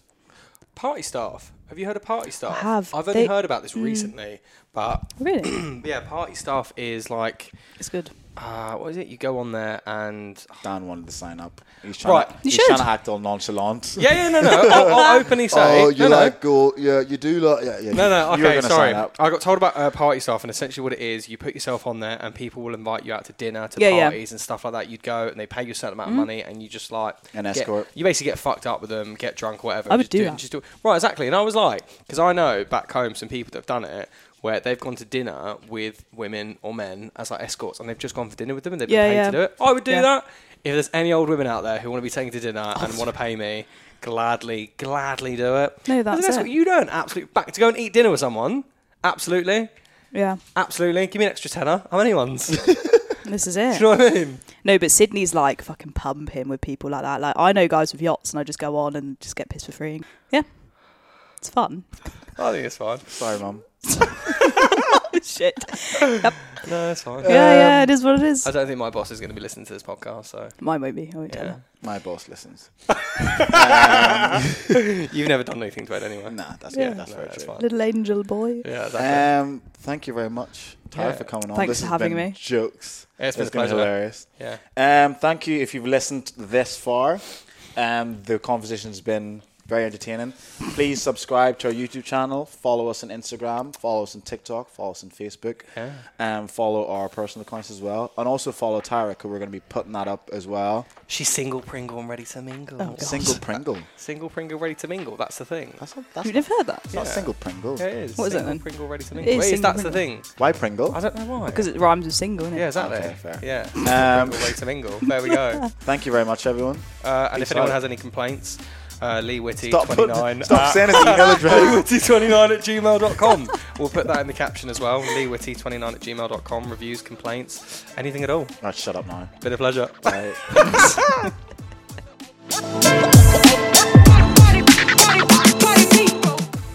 Speaker 4: party staff. Have you heard of party staff?
Speaker 1: have.
Speaker 4: I've only
Speaker 1: They- Mm.
Speaker 4: heard about this recently, but
Speaker 1: Really,
Speaker 4: yeah, party staff is like,
Speaker 1: it's good.
Speaker 4: uh, what is it? You go on there and
Speaker 3: Dan wanted to sign up. He's trying.
Speaker 4: Right.
Speaker 3: To,
Speaker 4: You
Speaker 3: he's
Speaker 1: should.
Speaker 3: trying to act all nonchalant.
Speaker 4: yeah, yeah, no, no. I'll, I'll openly say,
Speaker 2: Oh, you
Speaker 4: no, no.
Speaker 2: like go? Yeah, you do like. Yeah, yeah.
Speaker 4: No, no,
Speaker 3: You were
Speaker 4: okay,
Speaker 3: gonna
Speaker 4: sorry.
Speaker 3: sign up.
Speaker 4: I got told about uh, party stuff, and essentially what it is, you put yourself on there, and people will invite you out to dinner, to
Speaker 1: Yeah, Mm-hmm. yeah.
Speaker 4: parties and stuff like that. You'd go, and they pay you a certain amount of money, and you just like
Speaker 3: An
Speaker 4: get-
Speaker 3: escort.
Speaker 4: You basically get fucked up with them, get drunk, or whatever.
Speaker 1: I
Speaker 4: and
Speaker 1: would
Speaker 4: just
Speaker 1: do
Speaker 4: it,
Speaker 1: that.
Speaker 4: Just do it. Right, exactly. And I was like, because I know back home some people that have done it. Where they've gone to dinner with women or men as like escorts, and they've just gone for dinner with them, and they've been
Speaker 1: Yeah,
Speaker 4: paid
Speaker 1: yeah.
Speaker 4: to do it. I would do
Speaker 1: Yeah.
Speaker 4: that if there's any old women out there who want to be taken to dinner and want to pay me. Gladly, gladly do it.
Speaker 1: No,
Speaker 4: As an
Speaker 1: that's
Speaker 4: escort,
Speaker 1: it.
Speaker 4: you don't absolutely back to go and eat dinner with someone. Absolutely,
Speaker 1: Yeah,
Speaker 4: absolutely. Give me an extra tenner. I'm anyone's. Do
Speaker 1: this is it.
Speaker 4: you know what I mean?
Speaker 1: No, but Sydney's like fucking pumping with people like that. Like I know guys with yachts, and I just go on and just get pissed for free. Yeah, it's fun.
Speaker 4: I think it's fine.
Speaker 3: Sorry, mum.
Speaker 4: Oh,
Speaker 1: Shit.
Speaker 4: No, it's fine.
Speaker 1: Yeah, yeah, it is what it is.
Speaker 4: I don't think my boss is going to be listening to this podcast, so
Speaker 1: Mine won't be. I won't tell
Speaker 4: yeah.
Speaker 1: her.
Speaker 3: My boss listens. Um,
Speaker 4: You've never done anything to it anyway.
Speaker 3: Nah, that's
Speaker 1: Yeah.
Speaker 3: yeah, that's
Speaker 4: No,
Speaker 3: very
Speaker 4: that's
Speaker 3: true.
Speaker 4: fine.
Speaker 1: Little angel boy.
Speaker 4: Yeah, exactly.
Speaker 3: Um, thank you very much, Tyler,
Speaker 4: Yeah.
Speaker 3: for coming on.
Speaker 1: Thanks
Speaker 3: This
Speaker 1: for
Speaker 3: has
Speaker 1: having
Speaker 3: been
Speaker 1: me.
Speaker 3: Jokes.
Speaker 4: Yeah, it's been a
Speaker 3: been
Speaker 4: pleasure.
Speaker 3: hilarious.
Speaker 4: yeah.
Speaker 3: Um, thank you if you've listened this far. Um, the conversation's been very entertaining. Please subscribe to our YouTube channel. Follow us on Instagram. Follow us on TikTok. Follow us on Facebook.
Speaker 4: Yeah.
Speaker 3: Um, follow our personal accounts as well, and also follow Tyra because we're going to be putting that up as well.
Speaker 4: She's single Pringle and ready to mingle.
Speaker 1: Oh, God.
Speaker 3: Single Pringle.
Speaker 4: Single Pringle ready to mingle. That's the thing.
Speaker 3: That's not. That's
Speaker 1: You've
Speaker 3: not,
Speaker 1: never heard that?
Speaker 3: it's not
Speaker 4: Yeah.
Speaker 3: single Pringle.
Speaker 4: Yeah, it is.
Speaker 1: What is it
Speaker 4: single
Speaker 1: then?
Speaker 4: Pringle ready to mingle.
Speaker 1: is
Speaker 4: It is,
Speaker 1: single
Speaker 4: that's the thing.
Speaker 3: Why
Speaker 4: I
Speaker 3: Pringle?
Speaker 4: don't know why.
Speaker 1: Because it rhymes with single, innit?
Speaker 4: yeah, exactly.
Speaker 3: Okay, fair.
Speaker 4: Yeah. Single
Speaker 3: Um,
Speaker 4: Pringle ready to mingle. There we go.
Speaker 3: Thank you very much, everyone.
Speaker 4: Uh, and if anyone
Speaker 3: Excited.
Speaker 4: has any complaints, uh, Lee Whitty
Speaker 3: Stop, putting-
Speaker 4: 29.
Speaker 3: stop saying it's email address.
Speaker 4: 29 at gmail.com. we'll put that in the caption as well. LeeWitty29 at gmail.com. Reviews, complaints, anything at all.
Speaker 3: Right, shut up now.
Speaker 4: Been a pleasure.
Speaker 3: Bye.